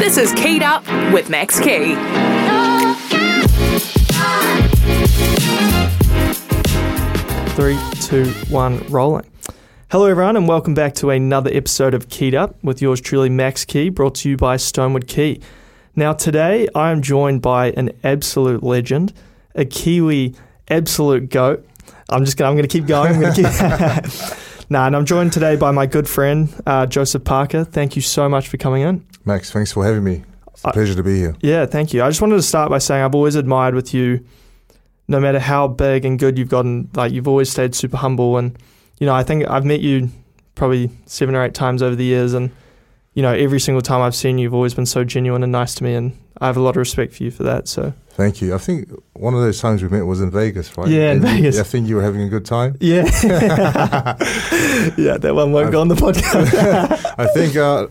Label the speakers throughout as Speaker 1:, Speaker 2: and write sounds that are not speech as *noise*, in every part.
Speaker 1: This is Kate Up with Max K.
Speaker 2: Three, two, one, rolling. Hello, everyone, and welcome back to another episode of Keyed Up with yours truly, Max Key, brought to you by Stonewood Key. Now, today I am joined by an absolute legend, a Kiwi absolute goat. I'm just gonna, I'm going to keep going. I'm going to keep. *laughs* nah, and I'm joined today by my good friend uh, Joseph Parker. Thank you so much for coming in.
Speaker 3: Max, thanks for having me. It's a pleasure to be here.
Speaker 2: Yeah, thank you. I just wanted to start by saying I've always admired with you, no matter how big and good you've gotten, like you've always stayed super humble. And, you know, I think I've met you probably seven or eight times over the years. And, you know, every single time I've seen you, you've always been so genuine and nice to me. And I have a lot of respect for you for that. So,
Speaker 3: Thank you. I think one of those times we met was in Vegas, right?
Speaker 2: Yeah, in
Speaker 3: And you-
Speaker 2: Vegas.
Speaker 3: I think you were having a
Speaker 2: *laughs*
Speaker 3: good time. *laughs*
Speaker 2: yeah. yeah, that one won't go on the *laughs* podcast.
Speaker 3: I think, uh,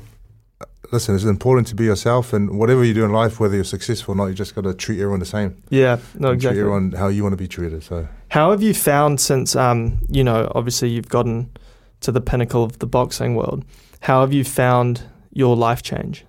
Speaker 3: listen, it's important to be yourself, and whatever you do in life, whether you're successful or not, you just got to treat everyone the same.
Speaker 2: yeah, no,
Speaker 3: And Treat
Speaker 2: Oh, exactly.
Speaker 3: everyone how you want to be treated. So,
Speaker 2: How have you found since um, you know, obviously you've gotten to the pinnacle of the boxing world? How have you found your life change?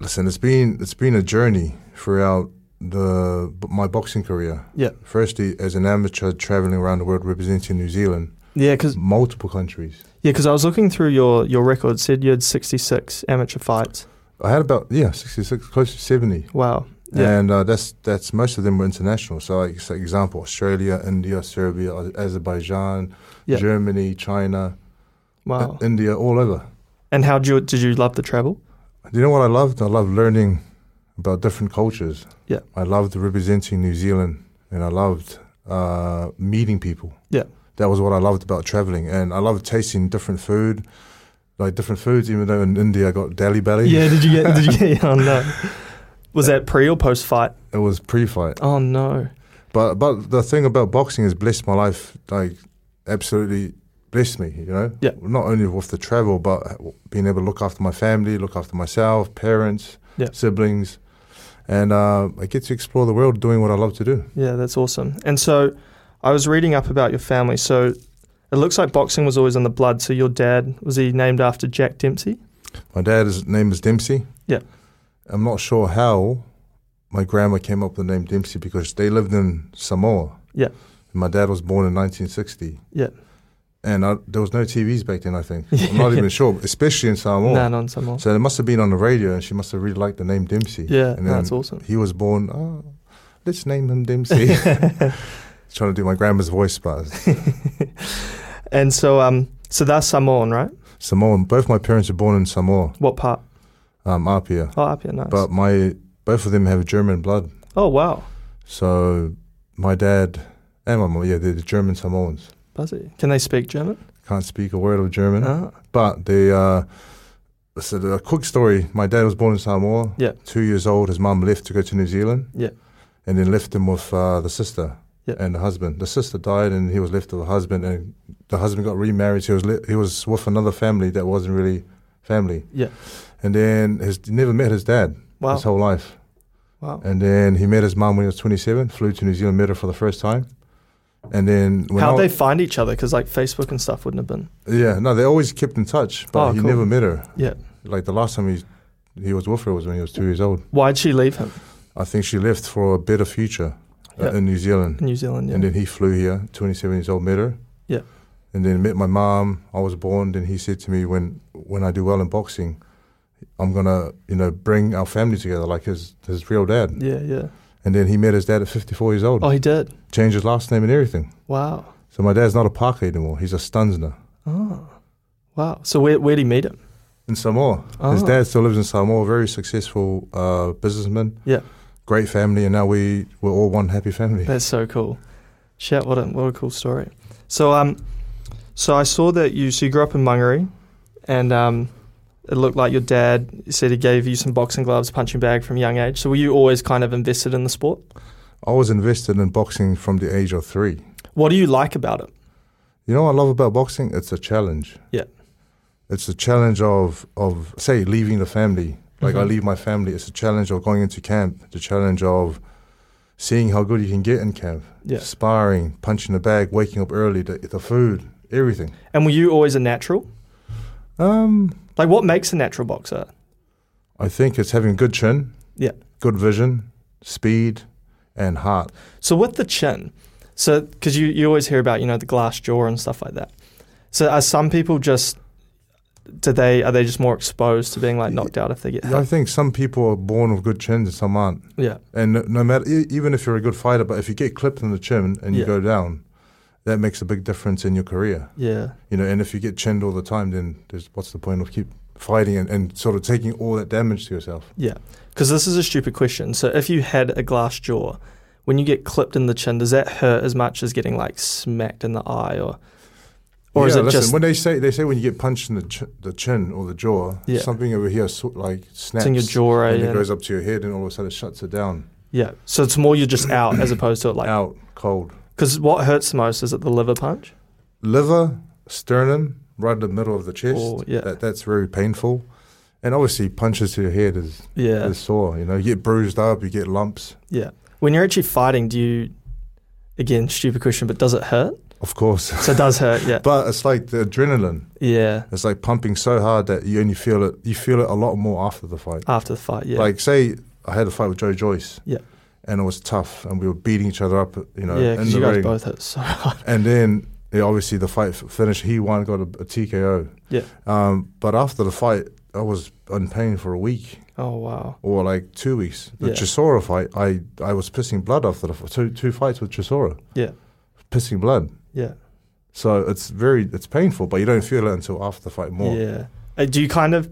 Speaker 3: listen, it's been it's been a journey throughout the my boxing career.
Speaker 2: Yeah.
Speaker 3: Firstly, as an amateur traveling around the world representing New Zealand,
Speaker 2: Yeah, because
Speaker 3: multiple countries.
Speaker 2: I was looking through your your record. Said you had sixty six amateur fights.
Speaker 3: I had about yeah, sixty six, close to seventy.
Speaker 2: Wow. Yeah.
Speaker 3: And uh, that's that's most of them were international. So, like so example, Australia, India, Serbia, Az- Azerbaijan,
Speaker 2: Yeah.
Speaker 3: Germany, China,
Speaker 2: Wow.
Speaker 3: uh, India, all over.
Speaker 2: And how did you did you love the travel?
Speaker 3: Do you know what I loved? I loved learning about different cultures.
Speaker 2: Yeah.
Speaker 3: I loved representing New Zealand, and I loved uh, meeting people.
Speaker 2: Yeah.
Speaker 3: That was what I loved about traveling, and I loved tasting different food, like different foods. Even though in India I got deli belly,
Speaker 2: Yeah. Did you get did you get? Oh no. *laughs* Was that pre or post fight?
Speaker 3: it was pre-fight.
Speaker 2: Oh no.
Speaker 3: But but the thing about boxing has blessed my life, like absolutely blessed me. You know,
Speaker 2: Yeah.
Speaker 3: Not only with the travel, but being able to look after my family, look after myself, parents,
Speaker 2: Yeah.
Speaker 3: siblings, and uh, I get to explore the world doing what I love to do.
Speaker 2: Yeah, that's awesome. And so, I was reading up about your family. So, it looks like boxing was always in the blood. So your dad was he named after Jack Dempsey?
Speaker 3: My dad's name is Dempsey.
Speaker 2: Yeah.
Speaker 3: I'm not sure how my grandma came up with the name Dempsey because they lived in Samoa.
Speaker 2: Yeah.
Speaker 3: My dad was born in 1960.
Speaker 2: Yeah.
Speaker 3: And I, there was no TVs back then, I
Speaker 2: *laughs*
Speaker 3: think. I'm not even sure, especially in Samoa.
Speaker 2: No, no, someone.
Speaker 3: So it must have been on the radio, and she must have really liked the name Dempsey.
Speaker 2: Yeah,
Speaker 3: and
Speaker 2: no,
Speaker 3: then
Speaker 2: that's awesome.
Speaker 3: He was born. Oh, let's name him
Speaker 2: *laughs*
Speaker 3: Dempsey. *laughs* Trying to do my grandma's voice, but
Speaker 2: And so, um, so that's Samoan, right?
Speaker 3: Samoan. Both my parents were born in Samoa,
Speaker 2: What part?
Speaker 3: um, Apia,
Speaker 2: Oh, up here, nice.
Speaker 3: but my both of them have German blood.
Speaker 2: oh, wow,
Speaker 3: So my dad and my mom, yeah, they're the German Samoans.
Speaker 2: buzzy. Can they speak German?
Speaker 3: Can't speak a word of German,
Speaker 2: Ah.
Speaker 3: but they. Uh, so a quick story. My dad was born in Samoa.
Speaker 2: Yeah.
Speaker 3: Two years old, his mum left to go to New Zealand.
Speaker 2: Yeah.
Speaker 3: and then left him with uh, the sister
Speaker 2: Yeah.
Speaker 3: and the husband. The sister died, and he was left with a husband, and the husband got remarried. So he was li- he was with another family that wasn't really family.
Speaker 2: Yeah.
Speaker 3: and then his he never met his dad
Speaker 2: Wow.
Speaker 3: his whole life,
Speaker 2: Wow.
Speaker 3: and then he met his mum when he was twenty seven. Flew to New Zealand, met her for the first time, and then when
Speaker 2: How'd
Speaker 3: I-
Speaker 2: they find each other? Because like Facebook and stuff wouldn't have been.
Speaker 3: yeah no they always kept in touch, but
Speaker 2: Oh,
Speaker 3: he
Speaker 2: cool.
Speaker 3: never met her.
Speaker 2: Yeah.
Speaker 3: Like the last time he he was with her was when he was two years old.
Speaker 2: Why'd she leave him
Speaker 3: I think she left for a better future uh,
Speaker 2: Yeah.
Speaker 3: in New Zealand.
Speaker 2: in New Zealand? Yeah.
Speaker 3: And then he flew here, 27 years old, met her.
Speaker 2: Yeah.
Speaker 3: And then met my mom. I was born. Then he said to me, when when I do well in boxing, I'm gonna you know bring our family together like his his real dad.
Speaker 2: yeah, yeah.
Speaker 3: And then he met his dad at 54 years old.
Speaker 2: Oh, he did.
Speaker 3: Changed his last name and everything.
Speaker 2: Wow.
Speaker 3: So my dad's not a Parker anymore. He's a Stunsner
Speaker 2: Oh, wow. So where where'd he meet him?
Speaker 3: in Samoa. His
Speaker 2: Oh.
Speaker 3: dad still lives in Samoa. Very successful uh, businessman.
Speaker 2: Yeah.
Speaker 3: Great family, and now we we're all one happy family.
Speaker 2: That's so cool. Shit, what a what a cool story. So um, so I saw that you so you grew up in Mungery, and um, it looked like your dad said he gave you some boxing gloves, punching bag from a young age. So were you always kind of invested in the sport?
Speaker 3: I was invested in boxing from the age of three.
Speaker 2: What do you like about it?
Speaker 3: You know what I love about boxing? It's a challenge.
Speaker 2: Yeah.
Speaker 3: It's a challenge of of say leaving the family. Like I
Speaker 2: Mhm.
Speaker 3: leave my family. It's a challenge of going into camp. The challenge of seeing how good you can get in camp.
Speaker 2: Yeah.
Speaker 3: Sparring, punching the bag, waking up early, the, the food, everything.
Speaker 2: And were you always a natural?
Speaker 3: Um,
Speaker 2: Like, what makes a natural boxer?
Speaker 3: I I think it's having good chin,
Speaker 2: Yeah.
Speaker 3: good vision, speed, and heart.
Speaker 2: So with the chin, so because you, you always hear about you know the glass jaw and stuff like that. So are some people just do they are they just more exposed to being like knocked out if they get
Speaker 3: I
Speaker 2: hit?
Speaker 3: think some people are born with good chins and some aren't.
Speaker 2: Yeah,
Speaker 3: And no- no matter, e- even if you're a good fighter, but if you get clipped in the chin and you
Speaker 2: Yeah.
Speaker 3: go down, that makes a big difference in your career.
Speaker 2: yeah,
Speaker 3: You know, and if you get chinned all the time, then there's, what's the point of keep fighting and, and sort of taking all that damage to yourself?
Speaker 2: yeah. Because this is a stupid question. So if you had a glass jaw, when you get clipped in the chin, does that hurt as much as getting like smacked in the eye or or is
Speaker 3: Yeah,
Speaker 2: it
Speaker 3: listen,
Speaker 2: just
Speaker 3: when they say they say when you get punched in the ch- the chin or the jaw,
Speaker 2: Yeah.
Speaker 3: something over here sort like snaps
Speaker 2: it's in your jaw
Speaker 3: and
Speaker 2: area?
Speaker 3: it goes up to your head, and all of a sudden it shuts it down.
Speaker 2: yeah. So it's more you're just out as opposed to it like
Speaker 3: out cold.
Speaker 2: because what hurts the most is it the liver punch?
Speaker 3: Liver, sternum, right in the middle of the chest.
Speaker 2: Oh, yeah.
Speaker 3: That, that's very painful. And obviously, punches to your head is,
Speaker 2: Yeah.
Speaker 3: is sore. You know, you get bruised up, you get lumps.
Speaker 2: Yeah. When you're actually fighting, do you, again, stupid question, but does it hurt?
Speaker 3: Of course. *laughs*
Speaker 2: So it does hurt, yeah.
Speaker 3: But it's like the adrenaline.
Speaker 2: yeah.
Speaker 3: It's like pumping so hard that you only feel it. You feel it a lot more after the fight.
Speaker 2: After the fight, yeah.
Speaker 3: Like say, I had a fight with Joe Joyce.
Speaker 2: Yeah.
Speaker 3: And it was tough, and we were beating each other up. You know,
Speaker 2: yeah,
Speaker 3: in
Speaker 2: because
Speaker 3: the
Speaker 2: you guys
Speaker 3: ring.
Speaker 2: both hurt so hard. *laughs*
Speaker 3: And then yeah, obviously the fight f- finished. He won, got a, a TKO.
Speaker 2: Yeah.
Speaker 3: Um, but after the fight, I was in pain for a week
Speaker 2: Oh, wow.
Speaker 3: or like two weeks. The
Speaker 2: Yeah.
Speaker 3: Chisora fight, I, I was pissing blood after the f- two two fights with Chisora,
Speaker 2: Yeah.
Speaker 3: pissing blood.
Speaker 2: Yeah.
Speaker 3: So it's very it's painful, but you don't feel it until after the fight more.
Speaker 2: Yeah. Uh, do you kind of,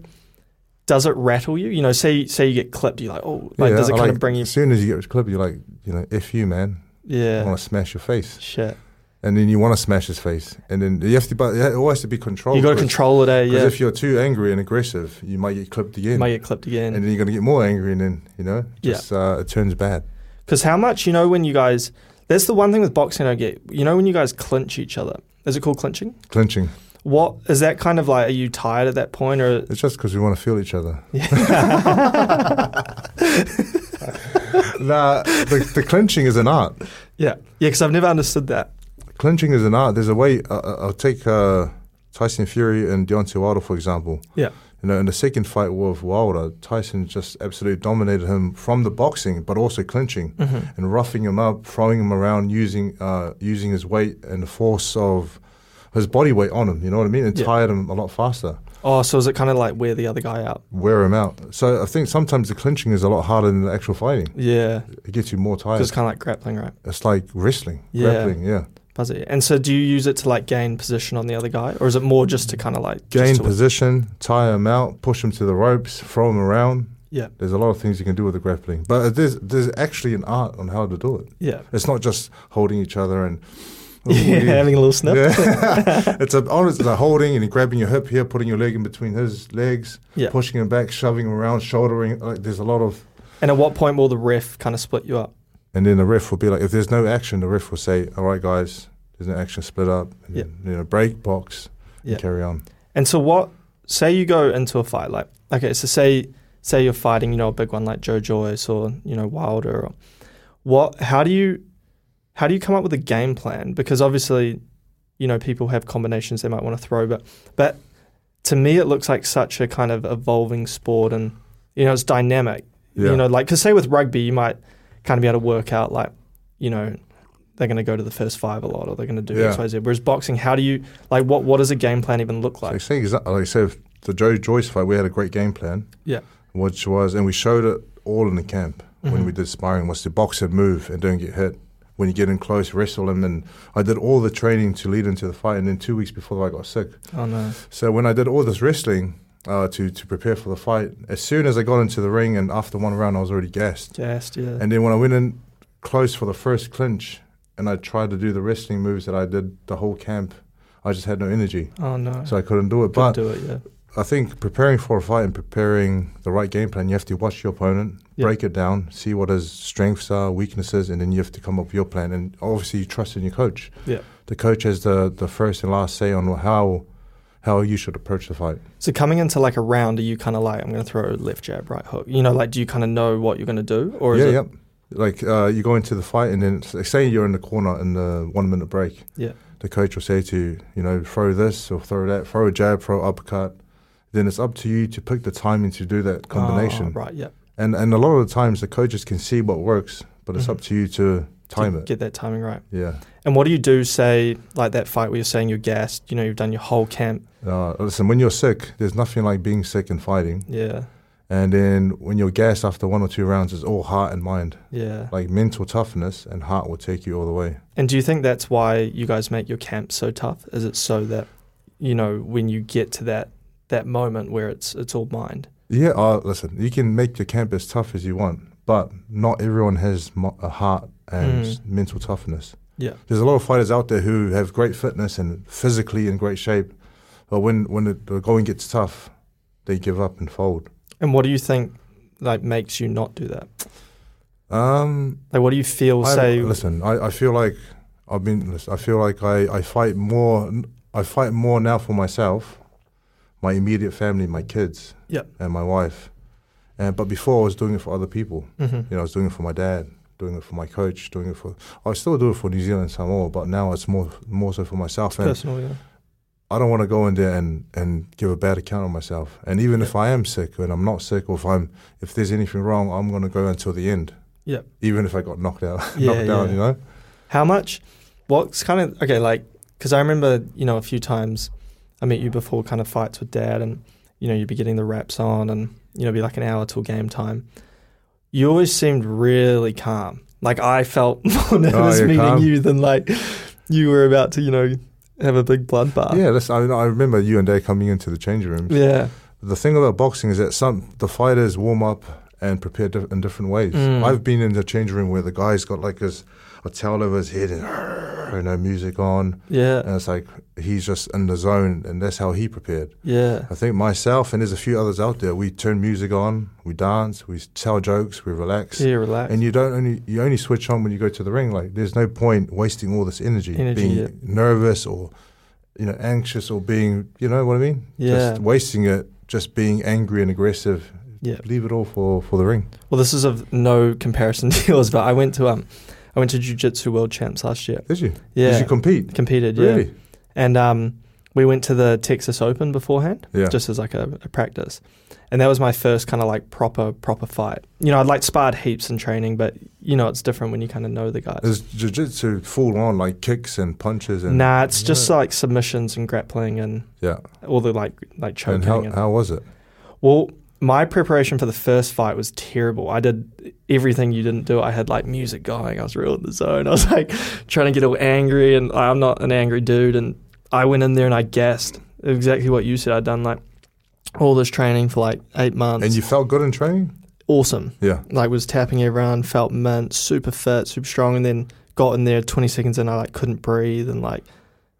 Speaker 2: does it rattle you? You know, say say you get clipped, you're like, oh, like,
Speaker 3: Yeah,
Speaker 2: does it
Speaker 3: I
Speaker 2: kind
Speaker 3: like-
Speaker 2: of bring you,
Speaker 3: As soon as you get clip, you're like, you know, f you, man. I
Speaker 2: yeah.
Speaker 3: want to smash your face,
Speaker 2: Shit.
Speaker 3: and then you want to smash his face, and then you have to, but it always has to be controlled.
Speaker 2: you got to control it, eh?
Speaker 3: Because
Speaker 2: Yeah.
Speaker 3: if you're too angry and aggressive, you might get clipped
Speaker 2: You
Speaker 3: again.
Speaker 2: might get clipped again.
Speaker 3: and then you're going to get more angry, and then you know,
Speaker 2: Yeah.
Speaker 3: just uh, it turns bad.
Speaker 2: Because how much, you know, when you guys, that's the one thing with boxing I get. You know, when you guys clinch each other, is it called clinching?
Speaker 3: Clinching.
Speaker 2: What is that kind of like? Are you tired at that point, or
Speaker 3: It's just because we want to feel each other. *laughs* nah, the, the clinching is an art.
Speaker 2: yeah, yeah? Because I've never understood that.
Speaker 3: Clinching is an art. There's a way. Uh, uh, I'll take uh, Tyson Fury and Deontay Wilder for example.
Speaker 2: Yeah,
Speaker 3: You know, in the second fight with Wilder, Tyson just absolutely dominated him from the boxing, but also clinching
Speaker 2: Mm-hmm.
Speaker 3: and roughing him up, throwing him around, using uh, using his weight and the force of his body weight on him. You know what I mean? And
Speaker 2: Yeah.
Speaker 3: tired him a lot faster.
Speaker 2: Oh, so is it kind of like wear the other guy out?
Speaker 3: wear him out. So I think sometimes the clinching is a lot harder than the actual fighting.
Speaker 2: Yeah,
Speaker 3: It gets you more tired.
Speaker 2: so it's kind of like grappling, right?
Speaker 3: it's like wrestling,
Speaker 2: Yeah.
Speaker 3: grappling, yeah.
Speaker 2: Buzzy. And so, do you use it to like gain position on the other guy, or is it more just to kind of like
Speaker 3: Gain
Speaker 2: just to-
Speaker 3: position, tire him out, push him to the ropes, throw him around.
Speaker 2: Yeah,
Speaker 3: There's a lot of things you can do with the grappling, but there's there's actually an art on how to do it.
Speaker 2: yeah,
Speaker 3: It's not just holding each other
Speaker 2: *laughs*
Speaker 3: and
Speaker 2: Oh,
Speaker 3: oh,
Speaker 2: yeah. Having a little sniff. Yeah. *laughs*
Speaker 3: Yeah. it's a honest it's a holding and grabbing your hip here, putting your leg in between his legs,
Speaker 2: Yeah.
Speaker 3: pushing him back, shoving him around, shouldering. Like there's a lot of
Speaker 2: And at what point will the ref kind of split you up?
Speaker 3: And then the ref will be like, if there's no action, the ref will say, all right, guys, there's no action, split up, and
Speaker 2: Yeah.
Speaker 3: then, you know, break, box,
Speaker 2: Yeah.
Speaker 3: and carry on.
Speaker 2: And so, what? Say you go into a fight, like okay, so say say you're fighting, you know, a big one like Joe Joyce or you know Wilder. Or, what? How do you how do you come up with a game plan? Because obviously, you know, people have combinations they might want to throw, but but to me, it looks like such a kind of evolving sport, and you know, it's dynamic.
Speaker 3: Yeah.
Speaker 2: You know, like because say with rugby, you might kind of be able to work out like you know. They're going to go to the first five a lot, or they're going to do
Speaker 3: Yeah.
Speaker 2: X, Y, Z. Whereas boxing, how do you like what? What does a game plan even look like?
Speaker 3: Like, say, exa- like I said, the Joe Joyce fight, we had a great game plan,
Speaker 2: Yeah.
Speaker 3: which was, and we showed it all in the camp when we did sparring, was to box and move and don't get hit. When you get in close, wrestle him. And I did all the training to lead into the fight. And then two weeks before I got sick.
Speaker 2: Oh no.
Speaker 3: So when I did all this wrestling uh, to, to prepare for the fight, as soon as I got into the ring and after one round, I was already gassed.
Speaker 2: Just yeah.
Speaker 3: And then when I went in close for the first clinch and I tried to do the wrestling moves that I did the whole camp, I just had no energy.
Speaker 2: oh no.
Speaker 3: So I couldn't do
Speaker 2: Couldn't
Speaker 3: it. But
Speaker 2: do it, yeah.
Speaker 3: I think preparing for a fight and preparing the right game plan, you have to watch your opponent,
Speaker 2: Yeah.
Speaker 3: break it down, see what his strengths are, weaknesses, and then you have to come up with your plan. And obviously, you trust in your coach.
Speaker 2: Yeah.
Speaker 3: The coach has the, the first and last say on how how you should approach the fight.
Speaker 2: So coming into like a round, are you kind of like I'm going to throw left jab, right hook? You know, like do you kind of know what you're going to do, or is
Speaker 3: yeah,
Speaker 2: it?
Speaker 3: yep. Like uh, you go into the fight, and then s- say you're in the corner in the one minute break.
Speaker 2: Yeah.
Speaker 3: the coach will say to you, you know, throw this or throw that, throw a jab, throw uppercut. then it's up to you to pick the timing to do that combination.
Speaker 2: Ah, right, yeah.
Speaker 3: And and a lot of the times the coaches can see what works, but it's up to you to time it.
Speaker 2: Get that timing right.
Speaker 3: yeah.
Speaker 2: And what do you do, say, like that fight where you're saying you're gassed, you know, you've done your whole camp.
Speaker 3: Uh, listen, when you're sick, there's nothing like being sick and fighting.
Speaker 2: Yeah,
Speaker 3: And then when you're gassed after one or two rounds, it's all heart and mind.
Speaker 2: yeah.
Speaker 3: Like mental toughness and heart will take you all the way.
Speaker 2: And do you think that's why you guys make your camp so tough? Is it so that, you know, when you get to that that moment where it's it's all mind?
Speaker 3: Yeah, uh, listen, you can make your camp as tough as you want, but not everyone has mo- a heart and
Speaker 2: Mm.
Speaker 3: mental toughness.
Speaker 2: Yeah.
Speaker 3: There's a lot of fighters out there who have great fitness and physically in great shape, but when, when the, the going gets tough, they give up and fold.
Speaker 2: And what do you think like makes you not do that?
Speaker 3: Um,
Speaker 2: Like what do you feel
Speaker 3: I-
Speaker 2: say
Speaker 3: listen, I, I feel like I've been. listen, I feel like I, I fight more. I fight more now for myself, my immediate family, my kids,
Speaker 2: Yep.
Speaker 3: and my wife. And but before I was doing it for other people.
Speaker 2: Mhm.
Speaker 3: You know, I was doing it for my dad, doing it for my coach, doing it for. I still do it for New Zealand Samoa, but now it's more more so for myself. And
Speaker 2: personal, yeah.
Speaker 3: I don't want to go in there and, and give a bad account of myself. And even if I am sick and I'm not sick, or if I'm if there's anything wrong, I'm going to go until the end.
Speaker 2: Yep.
Speaker 3: Even if I got knocked out,
Speaker 2: Yeah,
Speaker 3: knocked down,
Speaker 2: yeah.
Speaker 3: you know.
Speaker 2: How much? What's kind of okay? Like, because I remember, you know, a few times I met you before, kind of fights with dad, and you know, you'd be getting the wraps on, and you know, it'd be like an hour till game time. You always seemed really calm. Like I felt *laughs* more nervous
Speaker 3: Oh, you're
Speaker 2: meeting
Speaker 3: calm?
Speaker 2: you than like you were about to, you know, have a big bloodbath.
Speaker 3: Yeah, that's, I, I remember you and Dave coming into the change rooms.
Speaker 2: Uh, yeah,
Speaker 3: The thing about boxing is that some the fighters warm up and prepare diff- in different ways.
Speaker 2: Mm.
Speaker 3: I've been in the change room where the guy's got like his a towel over his head and you know music on,
Speaker 2: yeah,
Speaker 3: and it's like he's just in the zone, and that's how he prepared.
Speaker 2: yeah.
Speaker 3: I think myself and there's a few others out there. We turn music on, we dance, we tell jokes, we relax.
Speaker 2: Yeah, relax.
Speaker 3: And you don't only you only switch on when you go to the ring. Like there's no point wasting all this energy,
Speaker 2: Energy,
Speaker 3: being
Speaker 2: yeah.
Speaker 3: nervous or you know anxious or being you know what I mean.
Speaker 2: Yeah.
Speaker 3: Just wasting it, just being angry and aggressive.
Speaker 2: Yeah.
Speaker 3: Leave it all for for the ring.
Speaker 2: well, this is of no comparison *laughs* deals, but I went to um, I went to Jiu Jitsu World Champs last year.
Speaker 3: Did you?
Speaker 2: Yeah,
Speaker 3: Did you compete?
Speaker 2: competed. Yeah.
Speaker 3: Really?
Speaker 2: and um, we went to the Texas Open beforehand,
Speaker 3: Yeah.
Speaker 2: just as like a, a practice. And that was my first kind of like proper proper fight. You know, I'd like sparred heaps in training, but you know, it's different when you kind of know the guys.
Speaker 3: Is jiu-jitsu full on like kicks and punches and
Speaker 2: Nah, it's just
Speaker 3: Yeah.
Speaker 2: like submissions and grappling and
Speaker 3: yeah.
Speaker 2: all the like like choking.
Speaker 3: And how
Speaker 2: and-
Speaker 3: how was it?
Speaker 2: Well, my preparation for the first fight was terrible. I did everything you didn't do. I had like music going. I was real in the zone. *laughs* I was like trying to get all angry, and I'm not an angry dude. And I went in there and I guessed exactly what you said. I'd done like all this training for like eight months.
Speaker 3: And you felt good in training?
Speaker 2: awesome.
Speaker 3: Yeah.
Speaker 2: Like was tapping everyone, felt mint, super fit, super strong, and then got in there 20 seconds and I like couldn't breathe and like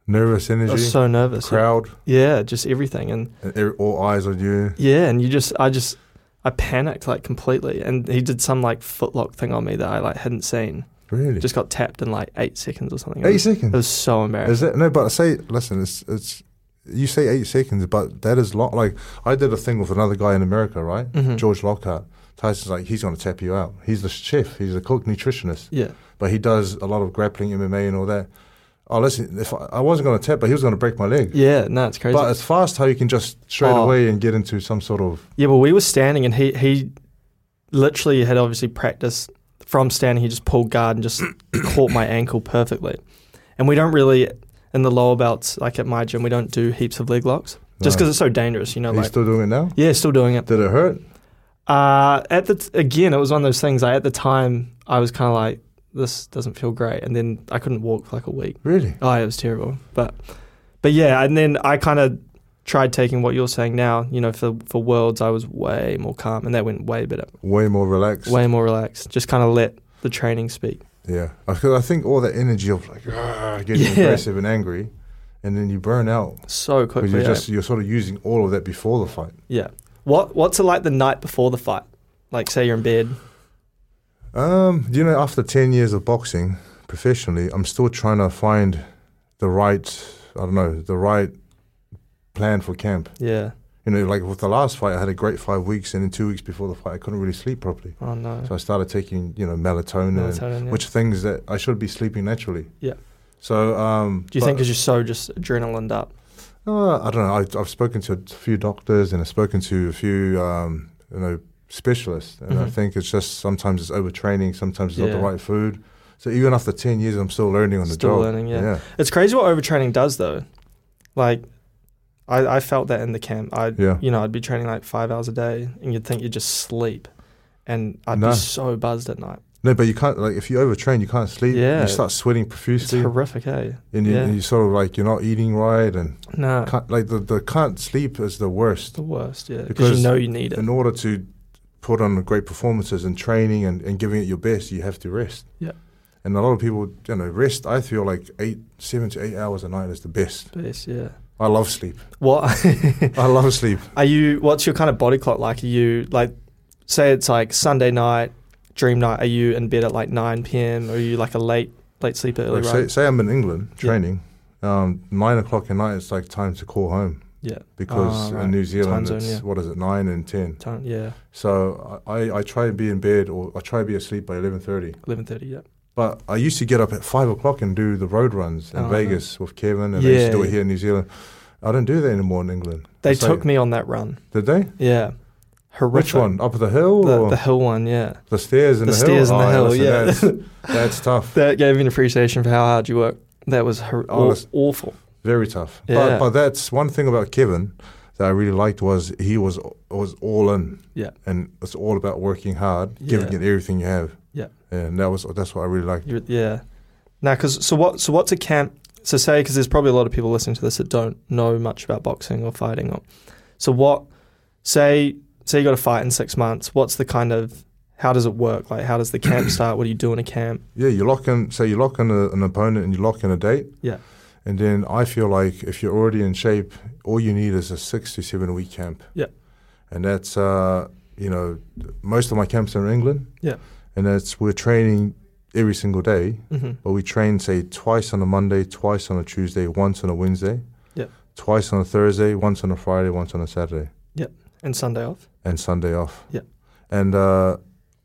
Speaker 3: Nervous
Speaker 2: I
Speaker 3: energy,
Speaker 2: was so nervous.
Speaker 3: crowd,
Speaker 2: Yeah, just everything and.
Speaker 3: and e- all eyes on you.
Speaker 2: Yeah, and you just I just I panicked like completely, and he did some like footlock thing on me that I like hadn't seen.
Speaker 3: Really?
Speaker 2: Just got tapped in like eight seconds or something. it
Speaker 3: eight
Speaker 2: was,
Speaker 3: seconds.
Speaker 2: it was so embarrassing.
Speaker 3: Is it no? But I say, listen, it's it's you say eight seconds, but that is lot. Like I did a thing with another guy in America, right?
Speaker 2: Mhm.
Speaker 3: George Lockhart. Tyson's like he's going to tap you out. He's the chef. He's a cook, nutritionist,
Speaker 2: Yeah,
Speaker 3: but he does a lot of grappling, MMA, and all that. Oh, listen, if I, I wasn't going to tap, but he was going to break my leg.
Speaker 2: yeah, no, it's crazy.
Speaker 3: But it's fast how you can just straight
Speaker 2: Oh.
Speaker 3: away and get into some sort of
Speaker 2: yeah, well, we were standing, and he he literally had obviously practiced from standing. He just pulled guard and just *coughs* caught my ankle perfectly. And we don't really in the lower belts like at my gym, we don't do heaps of leg locks just
Speaker 3: No.
Speaker 2: because it's so dangerous. You know,
Speaker 3: Are you
Speaker 2: like
Speaker 3: still doing it now?
Speaker 2: yeah, still doing it.
Speaker 3: Did it hurt?
Speaker 2: Uh, at the t- again, it was one of those things. I at the time I was kind of like, this doesn't feel great, and then I couldn't walk for like a week.
Speaker 3: Really?
Speaker 2: Oh, it was terrible. But but yeah, and then I kind of tried taking what you're saying now. You know, for for worlds, I was way more calm, and that went way better,
Speaker 3: Way more relaxed.
Speaker 2: way more relaxed. Just kind of let the training speak.
Speaker 3: Yeah, because I think all that energy of like "Argh,"
Speaker 2: *laughs*
Speaker 3: getting
Speaker 2: Yeah.
Speaker 3: aggressive and angry, and then you burn out
Speaker 2: So
Speaker 3: because
Speaker 2: quickly,
Speaker 3: you're
Speaker 2: eh?
Speaker 3: just you're sort of using all of that before the fight.
Speaker 2: yeah. What what's it like the night before the fight? Like, say you're in bed.
Speaker 3: Um, you know, after ten years of boxing professionally, I'm still trying to find the right I don't know the right plan for camp.
Speaker 2: Yeah.
Speaker 3: You know, like with the last fight, I had a great five weeks, and then two weeks before the fight, I couldn't really sleep properly.
Speaker 2: Oh no.
Speaker 3: So I started taking you know melatonin,
Speaker 2: Melatonin, yeah.
Speaker 3: which things that I should be sleeping naturally.
Speaker 2: Yeah.
Speaker 3: So um,
Speaker 2: Do you
Speaker 3: but-
Speaker 2: think because you're so just adrenaline up?
Speaker 3: Uh, I don't know. I, I've spoken to a few doctors and I've spoken to a few, um, you know, specialists, and I
Speaker 2: Mhm.
Speaker 3: think it's just sometimes it's overtraining, sometimes it's not the
Speaker 2: Yeah.
Speaker 3: right food. So even after ten years, I'm still learning on the
Speaker 2: Still
Speaker 3: job.
Speaker 2: learning, yeah. It's crazy what overtraining does, though. Like, I, I felt that in the camp. I,
Speaker 3: Yeah.
Speaker 2: you know, I'd be training like five hours a day, and you'd think you'd just sleep, and I'd
Speaker 3: No.
Speaker 2: be so buzzed at night.
Speaker 3: No, but you can't like if you overtrain, you can't sleep.
Speaker 2: Yeah.
Speaker 3: you start sweating
Speaker 2: It's
Speaker 3: profusely,
Speaker 2: horrific, eh?
Speaker 3: and, you,
Speaker 2: yeah. Uh,
Speaker 3: and you sort of like you're not eating right, and
Speaker 2: No,
Speaker 3: can't, like the, the can't sleep is the worst.
Speaker 2: the worst, yeah, because
Speaker 3: Because
Speaker 2: you know you need it.
Speaker 3: In order to put on great performances and training and, and giving it your best, you have to rest.
Speaker 2: Yeah.
Speaker 3: And a lot of people, you know, rest. I feel like eight, seven to eight hours a night is the best.
Speaker 2: Best, yeah.
Speaker 3: I love sleep.
Speaker 2: What *laughs*
Speaker 3: I love sleep.
Speaker 2: are you? What's your kind of body clock like? Are you like, say it's like Sunday night, dream night? Are you in bed at like nine p.m. or are you like a late late sleeper, early
Speaker 3: Like, say,
Speaker 2: riser?
Speaker 3: say I'm in England
Speaker 2: Yeah.
Speaker 3: training, um, nine o'clock at night, it's like time to call home
Speaker 2: Yeah,
Speaker 3: because
Speaker 2: Ah,
Speaker 3: in
Speaker 2: right.
Speaker 3: New Zealand,
Speaker 2: zone,
Speaker 3: it's
Speaker 2: yeah.
Speaker 3: what is it, nine and ten.
Speaker 2: time, yeah,
Speaker 3: So I, I- I try and be in bed or I try to be asleep by eleven thirty.
Speaker 2: eleven thirty. Yeah,
Speaker 3: But I used to get up at five o'clock and do the road runs in
Speaker 2: Oh,
Speaker 3: Vegas with Kevin, and I used
Speaker 2: Yeah,
Speaker 3: to do it
Speaker 2: yeah.
Speaker 3: here in New Zealand. I don't do that anymore in England.
Speaker 2: they
Speaker 3: It's like-
Speaker 2: took me on that run.
Speaker 3: Did they?
Speaker 2: Yeah, Oh. horrific.
Speaker 3: Which one? Up the hill
Speaker 2: The,
Speaker 3: or
Speaker 2: the
Speaker 3: the,
Speaker 2: hill one. Yeah,
Speaker 3: stairs and
Speaker 2: the
Speaker 3: the,
Speaker 2: stairs
Speaker 3: hill?
Speaker 2: and the
Speaker 3: Oh,
Speaker 2: hill, yeah.
Speaker 3: listen,
Speaker 2: *laughs*
Speaker 3: that's, that's tough.
Speaker 2: that gave me an appreciation for how hard you work. That was hor-
Speaker 3: Oh,
Speaker 2: aw-
Speaker 3: that's-
Speaker 2: awful.
Speaker 3: Very tough.
Speaker 2: Yeah.
Speaker 3: But, but that's one thing about Kevin that I really liked was he was was all in.
Speaker 2: Yeah.
Speaker 3: And it's all about working hard, giving
Speaker 2: Yeah.
Speaker 3: it everything you have.
Speaker 2: Yeah.
Speaker 3: And that was that's what I really liked.
Speaker 2: you yeah. Now, because so what? So what's a camp? So say because there's probably a lot of people listening to this that don't know much about boxing or fighting. Or so what? Say say you got to fight in six months. What's the kind of how does it work? Like how does the camp *coughs* start? What do you do in a camp?
Speaker 3: Yeah, you lock in. So you lock in a, an opponent and you lock in a date.
Speaker 2: Yeah.
Speaker 3: And then I feel like if you're already in shape, all you need is a six to seven week camp.
Speaker 2: Yeah.
Speaker 3: And that's uh, you know, most of my camps are in England.
Speaker 2: Yeah.
Speaker 3: And that's we're training every single day,
Speaker 2: hmm
Speaker 3: but we train say twice on a Monday, twice on a Tuesday, once on a Wednesday.
Speaker 2: Yeah.
Speaker 3: Twice on a Thursday, once on a Friday, once on a Saturday
Speaker 2: And Sunday off.
Speaker 3: and Sunday off.
Speaker 2: Yeah.
Speaker 3: And uh,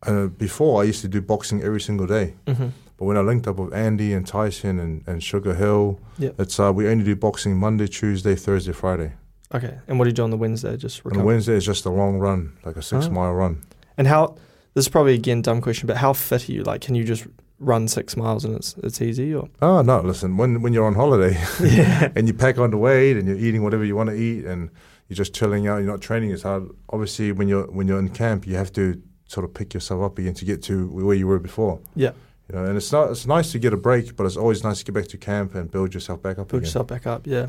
Speaker 3: uh, before I used to do boxing every single day.
Speaker 2: hmm
Speaker 3: But when I linked up with Andy and Tyson and, and Sugar Hill,
Speaker 2: Yep.
Speaker 3: it's uh, we only do boxing Monday, Tuesday, Thursday, Friday.
Speaker 2: Okay. And what do you do on the Wednesday? Just recover.
Speaker 3: And Wednesday is just a long run, like a six
Speaker 2: Oh.
Speaker 3: mile run.
Speaker 2: And how? This is probably again dumb question, but how fit are you? Like, can you just run six miles and it's it's easy? Or
Speaker 3: Oh no, listen, when when you're on holiday
Speaker 2: *laughs*
Speaker 3: *laughs*
Speaker 2: yeah,
Speaker 3: and you pack on the weight and you're eating whatever you want to eat and you're just chilling out, you're not training as hard. Obviously, when you're when you're in camp, you have to sort of pick yourself up again to get to where you were before.
Speaker 2: Yeah.
Speaker 3: You know, and it's not it's nice to get a break, but it's always nice to get back to camp and build yourself back up
Speaker 2: build
Speaker 3: again.
Speaker 2: yourself back up. Yeah.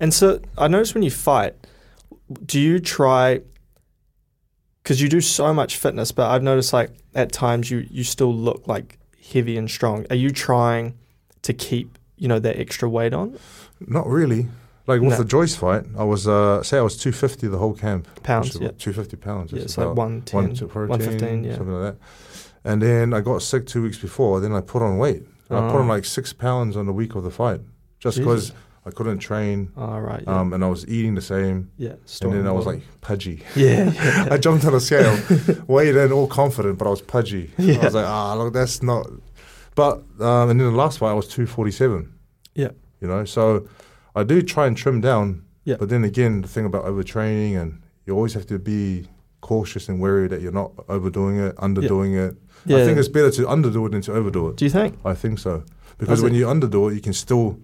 Speaker 2: And so I noticed when you fight, do you try? Because you do so much fitness, but I've noticed like at times you you still look like heavy and strong. Are you trying to keep you know that extra weight on
Speaker 3: Not really. Like with
Speaker 2: No.
Speaker 3: the Joyce fight, I was uh, say I was two fifty the whole camp.
Speaker 2: pounds? Yeah,
Speaker 3: Two fifty pounds.
Speaker 2: yeah,
Speaker 3: It's
Speaker 2: it's like
Speaker 3: about
Speaker 2: one ten.
Speaker 3: one to protein,
Speaker 2: 115, yeah.
Speaker 3: something like that. And then I got sick two weeks before. Then I put on weight. And I put on
Speaker 2: Oh.
Speaker 3: like six pounds on the week of the fight, just because I couldn't train,
Speaker 2: All right. Yeah.
Speaker 3: um, and I was eating the same.
Speaker 2: yeah
Speaker 3: And
Speaker 2: storm
Speaker 3: then I was
Speaker 2: bottom. *laughs*
Speaker 3: like pudgy.
Speaker 2: yeah, yeah.
Speaker 3: I jumped on a scale, weighed in all confident, but I was pudgy. I
Speaker 2: Yeah.
Speaker 3: was like, ah, look, that's not. But um, and then the last fight, I was two forty seven.
Speaker 2: Yeah.
Speaker 3: You know, so I do try and trim down.
Speaker 2: Yeah.
Speaker 3: But then again, the thing about overtraining and you always have to be cautious and wary that you're not overdoing it, underdoing it. *laughs* I
Speaker 2: Yeah.
Speaker 3: think it's better to underdo it than to overdo it.
Speaker 2: do you think?
Speaker 3: I think so because
Speaker 2: Does
Speaker 3: when
Speaker 2: it-
Speaker 3: you underdo it, you can still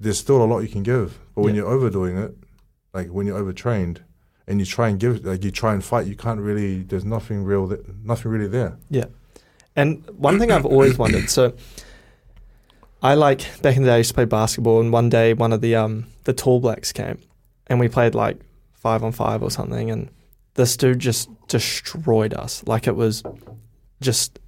Speaker 3: there's still a lot you can give. But when
Speaker 2: Yeah.
Speaker 3: you're overdoing it, like when you're overtrained and you try and give, like you try and fight, you can't really. There's nothing real. That, nothing really there.
Speaker 2: And one thing I've always wondered, so I like back in the day I used to play basketball and one day one of the um the tall blacks came and we played like five on five or something and this dude just destroyed us. Like it was just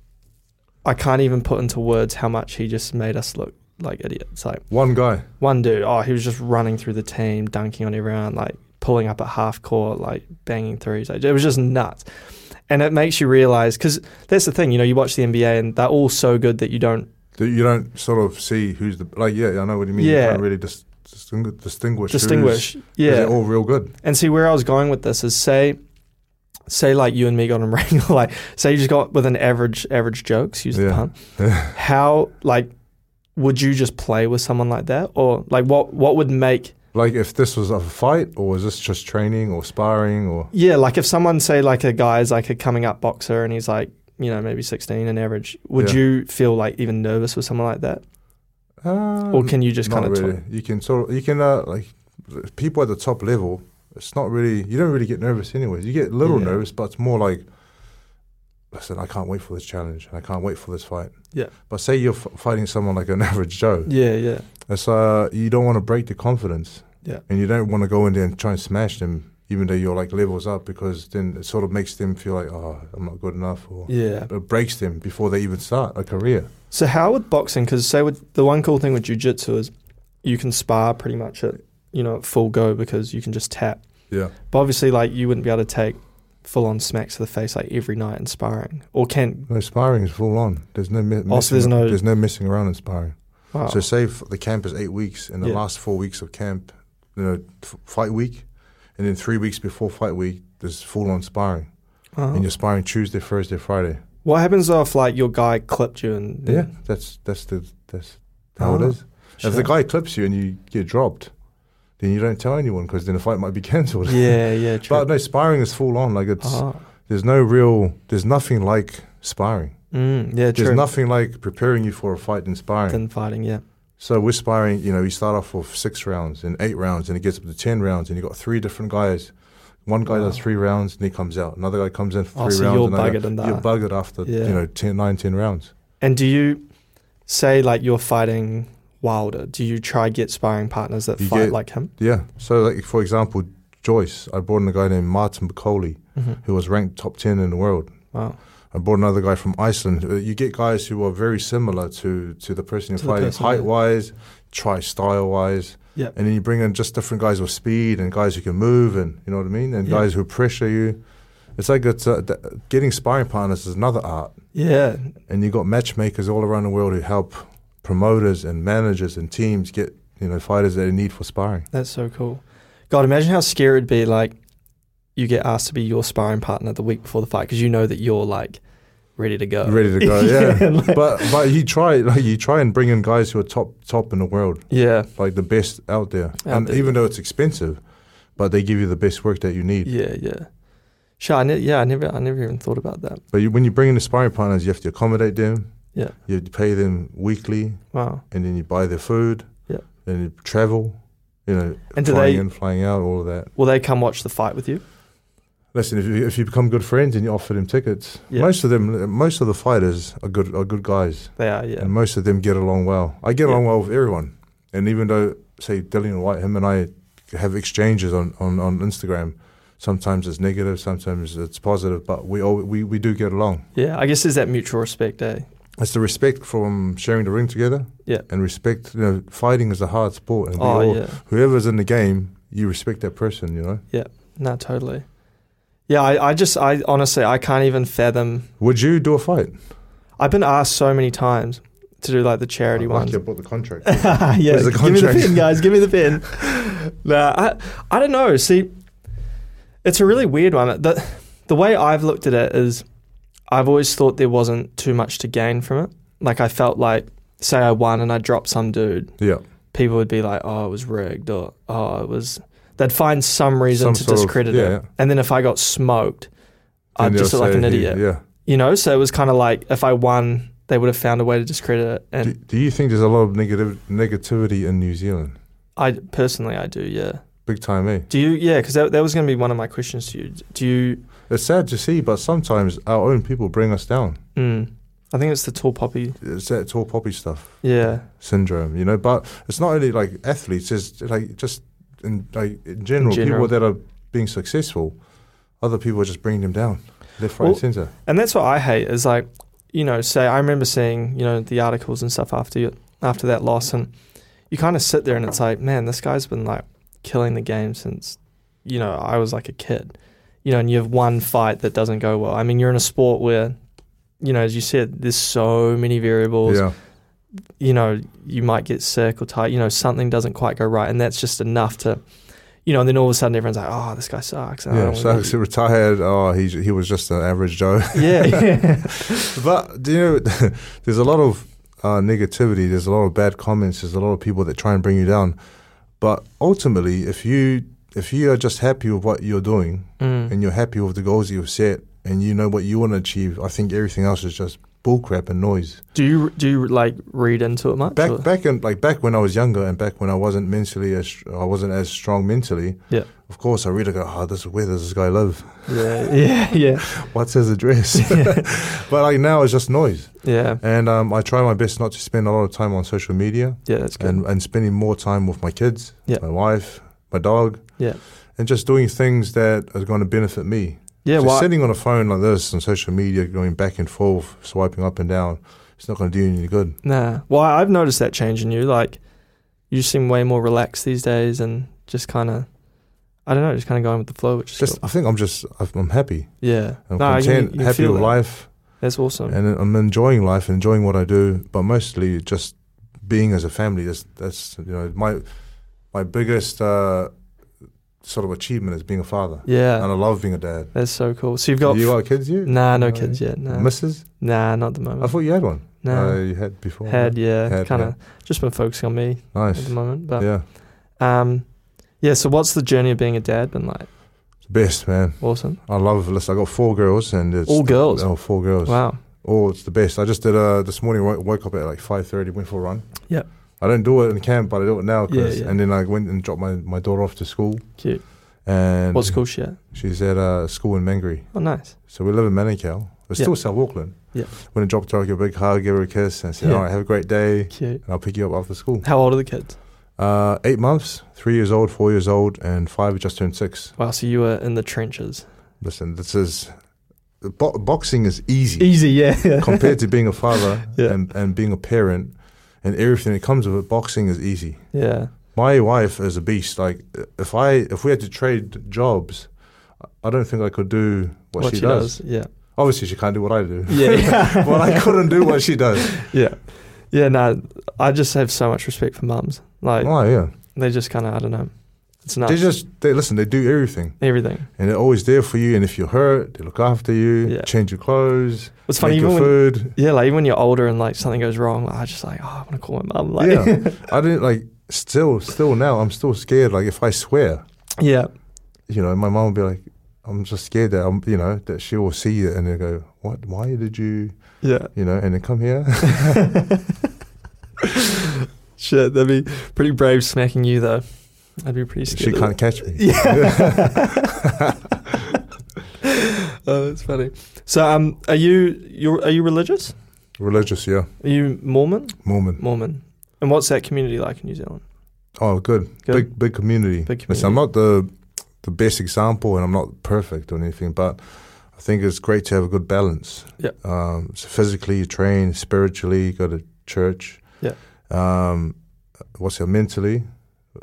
Speaker 2: I can't even put into words how much he just made us look like idiots. Like
Speaker 3: One guy.
Speaker 2: one dude, oh, he was just running through the team, dunking on everyone, like pulling up at half court, like banging threes. Like, it was just nuts. And it makes you realize, because that's the thing, you know, you watch the NBA and they're all so good that you don't
Speaker 3: that you don't sort of see who's the like. Yeah, I know what you mean. You
Speaker 2: Yeah.
Speaker 3: can't really dis- distingu- distinguish. who's-
Speaker 2: distinguish.
Speaker 3: 'cause
Speaker 2: Yeah.
Speaker 3: they're all real good.
Speaker 2: and see, where I was going with this is say, say like you and me got in *laughs* ring, like say you just got with an average, average jokes, use the
Speaker 3: *laughs* Yeah.
Speaker 2: pun. How, like, would you just play with someone like that? Or like what, what would make
Speaker 3: Like if this was a fight, or is this just training or sparring, or
Speaker 2: Yeah, like if someone say like a guy is like a coming up boxer and he's like you know maybe sixteen and average, would
Speaker 3: Yeah.
Speaker 2: you feel like even nervous with someone like that,
Speaker 3: uh,
Speaker 2: or can you just kind
Speaker 3: not
Speaker 2: of
Speaker 3: really. You can sort of, you can uh, like people at the top level. It's not really you don't really get nervous anyways. You get a little
Speaker 2: Yeah.
Speaker 3: nervous, but it's more like, listen, I can't wait for this challenge. I can't wait for this fight.
Speaker 2: Yeah.
Speaker 3: But say you're f- fighting someone like an *laughs* average Joe.
Speaker 2: yeah, yeah,
Speaker 3: It's uh, you don't want to break the confidence.
Speaker 2: Yeah.
Speaker 3: And you don't want to go in there and try and smash them, even though you're like levels up, because then it sort of makes them feel like, oh, I'm not good enough, or
Speaker 2: yeah.
Speaker 3: it breaks them before they even start a career.
Speaker 2: So how with boxing? Because say with the one cool thing with jujitsu is you can spar pretty much at you know at full go because you can just tap.
Speaker 3: Yeah.
Speaker 2: But obviously, like you wouldn't be able to take full on smacks to the face like every night in sparring, or can.
Speaker 3: No, sparring is full on. There's no mi-
Speaker 2: Oh, so
Speaker 3: messing
Speaker 2: there's no-
Speaker 3: there's no messing around in sparring.
Speaker 2: Wow.
Speaker 3: So say f- the camp is eight weeks, and the
Speaker 2: Yeah.
Speaker 3: last four weeks of camp, you know, f- fight week, and then three weeks before fight week, there's full on sparring,
Speaker 2: Oh.
Speaker 3: and you're sparring Tuesday, Thursday, Friday.
Speaker 2: What happens though if like your guy clipped you and
Speaker 3: Yeah, that's that's the that's how
Speaker 2: Oh,
Speaker 3: it is. If the
Speaker 2: Shit.
Speaker 3: guy clips you and you get dropped, then you don't tell anyone because then the fight might be *laughs* cancelled.
Speaker 2: Yeah, yeah, true.
Speaker 3: *laughs* but no, sparring is full on. Like it's
Speaker 2: Ah.
Speaker 3: there's no real there's nothing like sparring.
Speaker 2: Mm, yeah, true.
Speaker 3: There's nothing like preparing you for a fight in sparring.
Speaker 2: Then fighting, yeah.
Speaker 3: So we're sparring, you know, we start off with six rounds and eight rounds and it gets up to 10 rounds and you've got three different guys. One guy does three rounds and he comes out. Another guy comes in
Speaker 2: Oh,
Speaker 3: for three
Speaker 2: so
Speaker 3: rounds.
Speaker 2: you're
Speaker 3: another
Speaker 2: buggered
Speaker 3: guy,
Speaker 2: in that.
Speaker 3: You're buggered after,
Speaker 2: Yeah.
Speaker 3: you know, 10, 9, 10 rounds.
Speaker 2: And do you say like you're fighting Wilder? Do you try get sparring partners that
Speaker 3: You
Speaker 2: fight
Speaker 3: get-
Speaker 2: like him?
Speaker 3: Yeah. So, like, for example, Joyce, I brought in a guy named Martin Bacoli
Speaker 2: Mm-hmm.
Speaker 3: who was ranked top 10 in the world.
Speaker 2: Wow.
Speaker 3: I brought another guy from Iceland. Uh, You get guys who are very similar to, to the person you're
Speaker 2: To the
Speaker 3: fighting,
Speaker 2: person, yeah.
Speaker 3: height wise, try style wise.
Speaker 2: Yep.
Speaker 3: And then you bring in just different guys with speed and guys who can move and you know what I mean, and
Speaker 2: Yeah.
Speaker 3: guys who pressure you. It's like it's, uh, th- getting sparring partners is another art,
Speaker 2: Yeah.
Speaker 3: and you got matchmakers all around the world who help promoters and managers and teams get you know fighters that they need for sparring.
Speaker 2: That's so cool. God, imagine how scary it'd be like you get asked to be your sparring partner the week before the fight because you know that you're like ready to go.
Speaker 3: Ready to
Speaker 2: *laughs*
Speaker 3: go, yeah.
Speaker 2: like-
Speaker 3: *laughs* but but you try like you try and bring in guys who are top top in the world,
Speaker 2: yeah.
Speaker 3: like the best out there, and
Speaker 2: there,
Speaker 3: even though it's expensive, but they give you the best work that you need.
Speaker 2: Yeah, yeah. Sure, I ne- yeah, I never I never even thought about that.
Speaker 3: But you, when you bring in the sparring partners, you have to accommodate them.
Speaker 2: Yeah.
Speaker 3: you have to pay them weekly.
Speaker 2: Wow.
Speaker 3: and then you buy their food.
Speaker 2: Yep.
Speaker 3: Then you travel, you know,
Speaker 2: And do
Speaker 3: flying
Speaker 2: they-
Speaker 3: in, flying out, all of that.
Speaker 2: Will they come watch the fight with you?
Speaker 3: Listen, if you, if you become good friends and you offer them tickets,
Speaker 2: Yeah.
Speaker 3: most of them, most of the fighters are good are good guys,
Speaker 2: They are, yeah.
Speaker 3: and most of them get along well. I get
Speaker 2: Yeah.
Speaker 3: along well with everyone, and even though say Dillian White, him and I have exchanges on, on, on Instagram. Sometimes it's negative, sometimes it's positive, but we all, we, we do get along.
Speaker 2: Yeah, I guess there's that mutual respect, eh?
Speaker 3: It's the respect from sharing the ring together.
Speaker 2: Yeah.
Speaker 3: And respect, you know, fighting is a hard sport, and we
Speaker 2: Oh
Speaker 3: all
Speaker 2: yeah,
Speaker 3: whoever's in the game, you respect that person, you know.
Speaker 2: no, totally. Yeah, I, I just, I honestly, I can't even fathom.
Speaker 3: Would you do a fight?
Speaker 2: I've been asked so many times to do like the charity ones.
Speaker 3: bought the contract.
Speaker 2: *laughs* yeah,
Speaker 3: Where's the
Speaker 2: give me the
Speaker 3: contract?
Speaker 2: pin, guys. Give me the pin. nah, I, I don't know. See, it's a really weird one. The, the way I've looked at it is, I've always thought there wasn't too much to gain from it. Like I felt like, say, I won and I dropped some dude,
Speaker 3: *laughs* yeah.
Speaker 2: people would be like, "Oh, it was rigged," or "Oh, it was." They'd find some reason
Speaker 3: Some
Speaker 2: to
Speaker 3: sort of-
Speaker 2: discredit
Speaker 3: yeah,
Speaker 2: it.
Speaker 3: yeah.
Speaker 2: And then if I got smoked, I'd
Speaker 3: And
Speaker 2: just
Speaker 3: they'll
Speaker 2: look like
Speaker 3: say
Speaker 2: an
Speaker 3: he-
Speaker 2: idiot.
Speaker 3: yeah.
Speaker 2: You know, so it was kind of like if I won, they would have found a way to discredit it. And
Speaker 3: Do, do you think there's a lot of negative negativity in New Zealand?
Speaker 2: I personally, I do, yeah.
Speaker 3: Big time, eh?
Speaker 2: Do you? Yeah, because that, that was going to be one of my questions to you. Do you?
Speaker 3: It's sad to see, but sometimes our own people bring us down.
Speaker 2: Mm, I think it's the tall poppy.
Speaker 3: It's that tall poppy stuff
Speaker 2: Yeah,
Speaker 3: syndrome, you know. But it's not only like athletes; it's like just in like in general,
Speaker 2: general.
Speaker 3: people that are being successful, other people are just bringing them down, left, right,
Speaker 2: Well,
Speaker 3: and center.
Speaker 2: and that's what I hate is like, you know, say I remember seeing you know the articles and stuff after you, after that loss, and you kind of sit there and it's like, man, this guy's been like killing the game since you know I was like a kid, you know, and you have one fight that doesn't go well. I mean, you're in a sport where, you know, as you said, there's so many variables.
Speaker 3: Yeah,
Speaker 2: you know, you might get sick or tired, you know, something doesn't quite go right. And that's just enough to, you know, and then all of a sudden everyone's like, oh, this guy sucks. and I
Speaker 3: yeah.
Speaker 2: don't
Speaker 3: So
Speaker 2: wanna
Speaker 3: so *laughs* retired. Oh, he he was just an average Joe. *laughs*
Speaker 2: be-" yeah, yeah. *laughs*
Speaker 3: But do you know, *laughs* there's a lot of uh, negativity. There's a lot of bad comments. There's a lot of people that try and bring you down. But ultimately, if you if you are just happy with what you're doing
Speaker 2: Mm.
Speaker 3: and you're happy with the goals you've set and you know what you want to achieve, I think everything else is just bullcrap and noise.
Speaker 2: Do you do you like read into it much?
Speaker 3: Back
Speaker 2: or-
Speaker 3: back in like back when I was younger and back when I wasn't mentally as I wasn't as strong mentally.
Speaker 2: Yeah.
Speaker 3: Of course, I read. I go, oh, this where does this guy live? *laughs*
Speaker 2: Yeah, yeah, *laughs* yeah,
Speaker 3: What's his
Speaker 2: *laughs*
Speaker 3: address? *laughs* but like now, it's just noise.
Speaker 2: yeah,
Speaker 3: And um, I try my best not to spend a lot of time on social media
Speaker 2: yeah. That's good.
Speaker 3: and, uh, and spending more time with my kids,
Speaker 2: Yeah.
Speaker 3: my wife, my dog,
Speaker 2: Yeah,
Speaker 3: and just doing things that are going to benefit me.
Speaker 2: yeah.
Speaker 3: so
Speaker 2: Well,
Speaker 3: sitting on a phone like this on social media, going back and forth, swiping up and down, it's not going to do you any good.
Speaker 2: nah. Well, I've noticed that change in you. Like, you seem way more relaxed these days, and just kind of, I don't know, just kind of going with the flow, which is
Speaker 3: Just,
Speaker 2: cool.
Speaker 3: I think I'm just, I'm I'm happy.
Speaker 2: yeah.
Speaker 3: I'm
Speaker 2: Nah, you-
Speaker 3: content,
Speaker 2: you
Speaker 3: happy
Speaker 2: feel
Speaker 3: with
Speaker 2: that.
Speaker 3: life,
Speaker 2: That's awesome.
Speaker 3: and I'm enjoying life, enjoying what I do, but mostly just being as a family. That's, that's you know, my, my biggest uh, sort of achievement is being a father.
Speaker 2: Yeah,
Speaker 3: And I love being a dad.
Speaker 2: that's so cool. So you've got,
Speaker 3: you got kids, you?
Speaker 2: nah, no
Speaker 3: No.
Speaker 2: kids yet. Nah,
Speaker 3: Misses?
Speaker 2: nah, not at the
Speaker 3: I
Speaker 2: moment.
Speaker 3: thought you had one.
Speaker 2: No.
Speaker 3: Uh, you had before.
Speaker 2: Had yeah,
Speaker 3: Had,
Speaker 2: kind of just been focusing on me at
Speaker 3: Nice.
Speaker 2: the moment, but
Speaker 3: Yeah.
Speaker 2: um, yeah. So what's the journey of being a dad been like?
Speaker 3: Best, man.
Speaker 2: Awesome.
Speaker 3: I love this. I got four girls and it's
Speaker 2: All girls?
Speaker 3: Oh, four girls.
Speaker 2: Wow.
Speaker 3: Oh, it's the best. I just did uh this morning. wo- Woke up at like five thirty. Went for a run.
Speaker 2: Yep.
Speaker 3: I don't do it in camp, but I do it now. 'cause-
Speaker 2: Yeah, yeah.
Speaker 3: And then I went and dropped my, my daughter off to school.
Speaker 2: Cute.
Speaker 3: And
Speaker 2: What school she at?
Speaker 3: She's at uh, school in Mangere.
Speaker 2: Oh, nice.
Speaker 3: So we live in Manukau. It's
Speaker 2: Yeah.
Speaker 3: still South Auckland.
Speaker 2: Yeah.
Speaker 3: Went and dropped her. I gave her a big hug, gave her a kiss, and said,
Speaker 2: Yeah.
Speaker 3: "All right, have a great day." And
Speaker 2: Cute.
Speaker 3: I'll pick you up after school.
Speaker 2: How old are the kids?
Speaker 3: Uh, eight months, three years old, four years old, and five just turned six.
Speaker 2: Wow, so you were in the trenches.
Speaker 3: Listen, this is bo- boxing is easy
Speaker 2: Easy, *laughs* yeah.
Speaker 3: compared to being a father
Speaker 2: *laughs* Yeah.
Speaker 3: and, and being a parent and everything that comes with it. Boxing is easy.
Speaker 2: yeah.
Speaker 3: My wife is a beast. Like if I if we had to trade jobs, I don't think I could do what, she, does.
Speaker 2: Yeah.
Speaker 3: Obviously, she can't do what I do.
Speaker 2: Yeah. Yeah.
Speaker 3: *laughs* but I couldn't do what she
Speaker 2: *laughs*
Speaker 3: does.
Speaker 2: yeah. Yeah, no, I just have so much respect for mums. Like,
Speaker 3: Oh yeah,
Speaker 2: they just kind of, I don't know. It's nuts.
Speaker 3: they just they listen. They do everything,
Speaker 2: Everything.
Speaker 3: and they're always there for you. And if you're hurt, they look after you,
Speaker 2: Yeah.
Speaker 3: change your clothes,
Speaker 2: It's funny,
Speaker 3: make your
Speaker 2: even when,
Speaker 3: food.
Speaker 2: yeah, like, even when you're older and, like, something goes wrong, like, I just, like, oh, I want to call my mum. Like,
Speaker 3: yeah, I didn't like. Still, still now, I'm still scared. Like if I swear,
Speaker 2: *laughs* yeah.
Speaker 3: you know, my mom would be like, "I'm just scared that I'm, you know, that she will see it and they go, what? Why did you,
Speaker 2: Yeah.
Speaker 3: you know?" And then come here.
Speaker 2: *laughs*
Speaker 3: *laughs*
Speaker 2: Shit, that'd be pretty brave smacking you, though. I'd be pretty scared.
Speaker 3: she
Speaker 2: of
Speaker 3: can't catch me.
Speaker 2: *laughs* Oh, that's funny. So, um, are you you're, are you religious?
Speaker 3: Religious, yeah,
Speaker 2: Are you Mormon?
Speaker 3: Mormon.
Speaker 2: Mormon. And what's that community like in New Zealand?
Speaker 3: Oh, good,
Speaker 2: Good.
Speaker 3: big, big community.
Speaker 2: Big
Speaker 3: Listen, I'm not the the best example, and I'm not perfect or anything, but I think it's great to have a good balance.
Speaker 2: Yeah.
Speaker 3: Um, so physically, you train. Spiritually, you go to church.
Speaker 2: Yeah.
Speaker 3: Um, what's it? Mentally,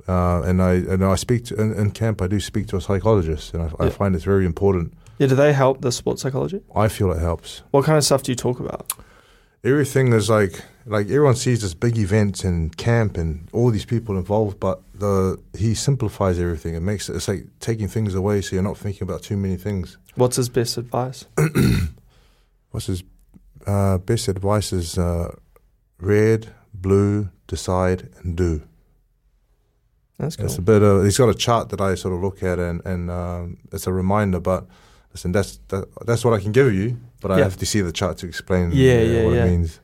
Speaker 3: uh, and I and I speak to in, in camp. I do speak to a psychologist, and I, I
Speaker 2: Yeah.
Speaker 3: find it's very important.
Speaker 2: Yeah, do they help the sports psychology?
Speaker 3: I feel it helps.
Speaker 2: What kind of stuff do you talk about?
Speaker 3: Everything is like like everyone sees this big event and camp and all these people involved, but the he simplifies everything. It makes it, it's like taking things away, so you're not thinking about too many things.
Speaker 2: What's his best advice?
Speaker 3: what's his uh, best advice is uh, red, blue, decide and do.
Speaker 2: That's cool.
Speaker 3: It's a bit of he's got a chart that I sort of look at and and um, it's a reminder. But listen, that's that, that's what I can give you. But I
Speaker 2: Yeah.
Speaker 3: have to see the chart to explain
Speaker 2: Yeah,
Speaker 3: uh,
Speaker 2: yeah,
Speaker 3: what
Speaker 2: yeah.
Speaker 3: it means.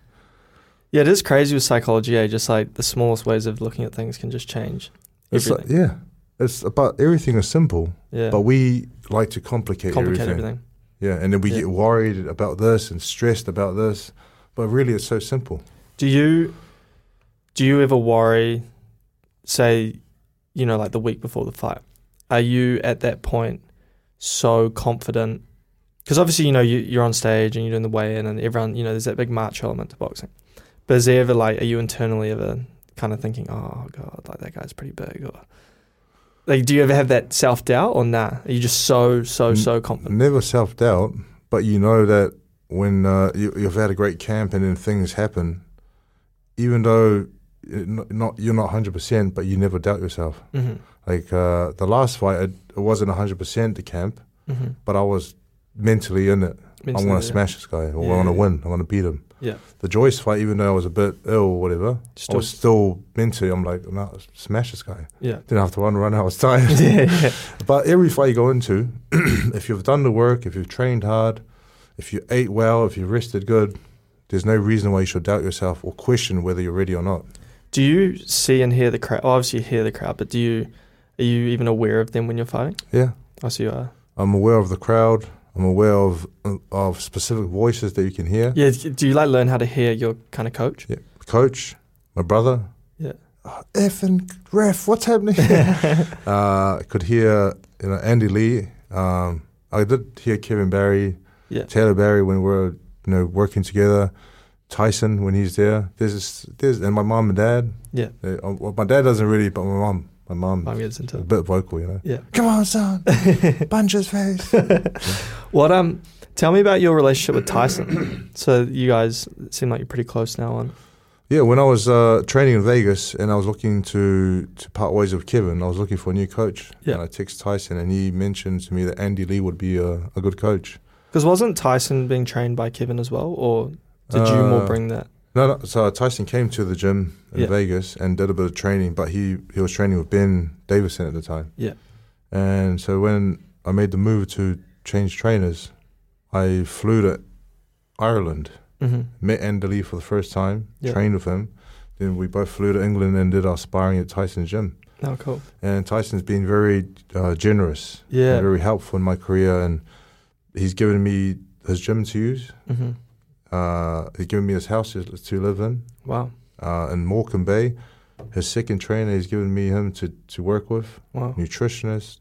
Speaker 2: yeah, it is crazy with psychology. Eh? Just like the smallest ways of looking at things can just change
Speaker 3: It's
Speaker 2: everything.
Speaker 3: like, yeah, it's about everything is simple,
Speaker 2: yeah,
Speaker 3: but we like to complicate,
Speaker 2: complicate
Speaker 3: everything.
Speaker 2: everything.
Speaker 3: Yeah, and then we
Speaker 2: Yeah.
Speaker 3: get worried about this and stressed about this. But really, it's so simple.
Speaker 2: Do you do you ever worry? Say, you know, like the week before the fight, are you at that point so confident? Because obviously, you know, you, you're on stage and you're doing the weigh-in, and everyone, you know, there's that big march element to boxing. But is there ever like, are you internally ever kind of thinking, oh god, like that guy's pretty big, or like, do you ever have that self doubt, or nah? Are you just so so
Speaker 3: N-
Speaker 2: so confident?
Speaker 3: Never self doubt, but you know that when uh, you, you've had a great camp and then things happen, even though it, not, not you're not hundred percent, but you never doubt yourself.
Speaker 2: Mm-hmm.
Speaker 3: Like uh, the last fight, it, it wasn't hundred percent the camp,
Speaker 2: Mm-hmm.
Speaker 3: but I was mentally in it. I'm
Speaker 2: mentally,
Speaker 3: going to
Speaker 2: yeah.
Speaker 3: smash this guy, or
Speaker 2: Yeah.
Speaker 3: I'm going to win, I'm going to beat him.
Speaker 2: Yeah.
Speaker 3: The Joyce fight, even though I was a bit ill or whatever, I
Speaker 2: Still-
Speaker 3: was still mentally, I'm like, no, smash this guy.
Speaker 2: Yeah. *laughs*
Speaker 3: Then after one run, *laughs* I was tired.
Speaker 2: Yeah, yeah.
Speaker 3: But every fight you go into, *clears throat* if you've done the work, if you've trained hard, if you ate well, if you rested good, there's no reason why you should doubt yourself or question whether you're ready or not.
Speaker 2: Do you see and hear the crowd? Obviously, you hear the crowd, but do you are you even aware of them when you're fighting?
Speaker 3: Yeah.
Speaker 2: I see you are.
Speaker 3: I'm aware of the crowd. I'm aware of of specific voices that you can hear.
Speaker 2: Yeah. Do you like learn how to hear your kind of coach?
Speaker 3: Yeah. Coach, my brother.
Speaker 2: Yeah.
Speaker 3: Oh, effing ref, what's
Speaker 2: *laughs*
Speaker 3: happening? *laughs* uh, I could hear you know Andy Lee. Um, I did hear Kevin Barry,
Speaker 2: Yeah.
Speaker 3: Taylor Barry when we were you know working together. Tyson when he's there. There's this, there's and my mom and dad.
Speaker 2: Yeah.
Speaker 3: They- uh, well, my dad doesn't really, but my mom, my mom,
Speaker 2: Mum gets into
Speaker 3: a
Speaker 2: it.
Speaker 3: bit vocal, you know.
Speaker 2: Yeah.
Speaker 3: Come on, son, *laughs* punch his face.
Speaker 2: *laughs* What um? Tell me about your relationship with Tyson. *coughs* so you guys seem like you're pretty close now. On
Speaker 3: Yeah, when I was uh, training in Vegas and I was looking to to part ways with Kevin, I was looking for a new coach.
Speaker 2: Yeah.
Speaker 3: And I texted Tyson and he mentioned to me that Andy Lee would be a, a good coach.
Speaker 2: because wasn't Tyson being trained by Kevin as well, or did you more
Speaker 3: Uh,
Speaker 2: bring that?
Speaker 3: No, no, so Tyson came to the gym in
Speaker 2: Yeah.
Speaker 3: Vegas and did a bit of training, but he, he was training with Ben Davison at the time.
Speaker 2: Yeah.
Speaker 3: And so when I made the move to change trainers, I flew to Ireland,
Speaker 2: Mm-hmm.
Speaker 3: met Andy Lee for the first time,
Speaker 2: Yeah.
Speaker 3: trained with him. Then we both flew to England and did our sparring at Tyson's gym.
Speaker 2: Oh, cool.
Speaker 3: and Tyson's been very uh, generous,
Speaker 2: Yeah.
Speaker 3: and very helpful in my career, and he's given me his gym to use.
Speaker 2: Mm-hmm.
Speaker 3: Uh, he's given me his house to, to live in
Speaker 2: Wow.
Speaker 3: uh, in Morecambe Bay. His second trainer, he's given me him to, to work with,
Speaker 2: Wow.
Speaker 3: nutritionist,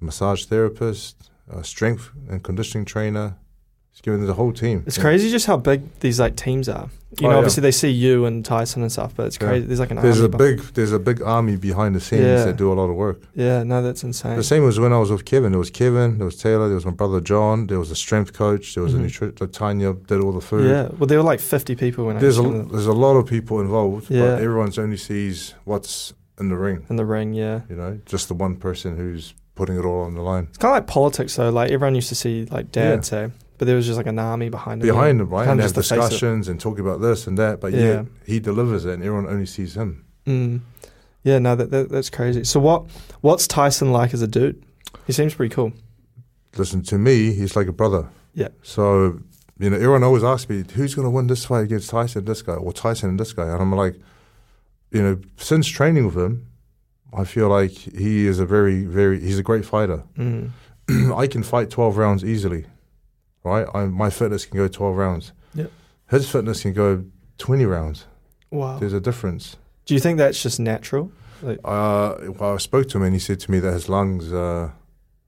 Speaker 3: massage therapist, uh, strength and conditioning trainer. He's given the whole team.
Speaker 2: It's
Speaker 3: Yeah.
Speaker 2: crazy just how big these like teams are. You
Speaker 3: Oh,
Speaker 2: know,
Speaker 3: yeah.
Speaker 2: obviously they see you and Tyson and stuff, but it's
Speaker 3: Yeah.
Speaker 2: crazy. There's like an
Speaker 3: There's
Speaker 2: army
Speaker 3: a
Speaker 2: beh-
Speaker 3: big there's a big army behind the scenes
Speaker 2: Yeah.
Speaker 3: that do a lot of work.
Speaker 2: Yeah, no, that's insane.
Speaker 3: The same was when I was with Kevin. There was Kevin, there was Taylor, there was my brother John, there was a strength coach, there was
Speaker 2: Mhm.
Speaker 3: a nutrition. Tanya did all the food.
Speaker 2: Yeah, well, there were like 50 people when
Speaker 3: There's
Speaker 2: I
Speaker 3: a
Speaker 2: came in
Speaker 3: there's a lot of people involved,
Speaker 2: Yeah.
Speaker 3: but everyone's only sees what's in the ring.
Speaker 2: the, in the ring. Yeah,
Speaker 3: You know, just the one person who's putting it all on the line
Speaker 2: it's kind of like politics though. Like everyone used to see like Dad
Speaker 3: Yeah.
Speaker 2: say, but there was just like an army behind him.
Speaker 3: behind him, right?
Speaker 2: Kinda
Speaker 3: And they have
Speaker 2: just the face of-
Speaker 3: discussions and talking about this and that. But yeah,
Speaker 2: Yeah.
Speaker 3: he delivers it, and everyone only sees him.
Speaker 2: Mm. Yeah, no, that, that that's crazy. So what what's Tyson like as a dude? He seems pretty cool.
Speaker 3: Listen to me, he's like a brother.
Speaker 2: Yeah.
Speaker 3: So you know, everyone always asks me who's going to win this fight against Tyson, and this guy, or Tyson and this guy, and I'm like, you know, since training with him, I feel like he is a very, very he's a great fighter. *clears throat*
Speaker 2: Mm.
Speaker 3: I can fight 12 rounds easily, right? I, my fitness can go 12 rounds.
Speaker 2: Yep.
Speaker 3: His fitness can go 20 rounds.
Speaker 2: Wow.
Speaker 3: There's a difference.
Speaker 2: Do you think that's just natural?
Speaker 3: Uh, well, I spoke to him and he said to me that his lungs uh,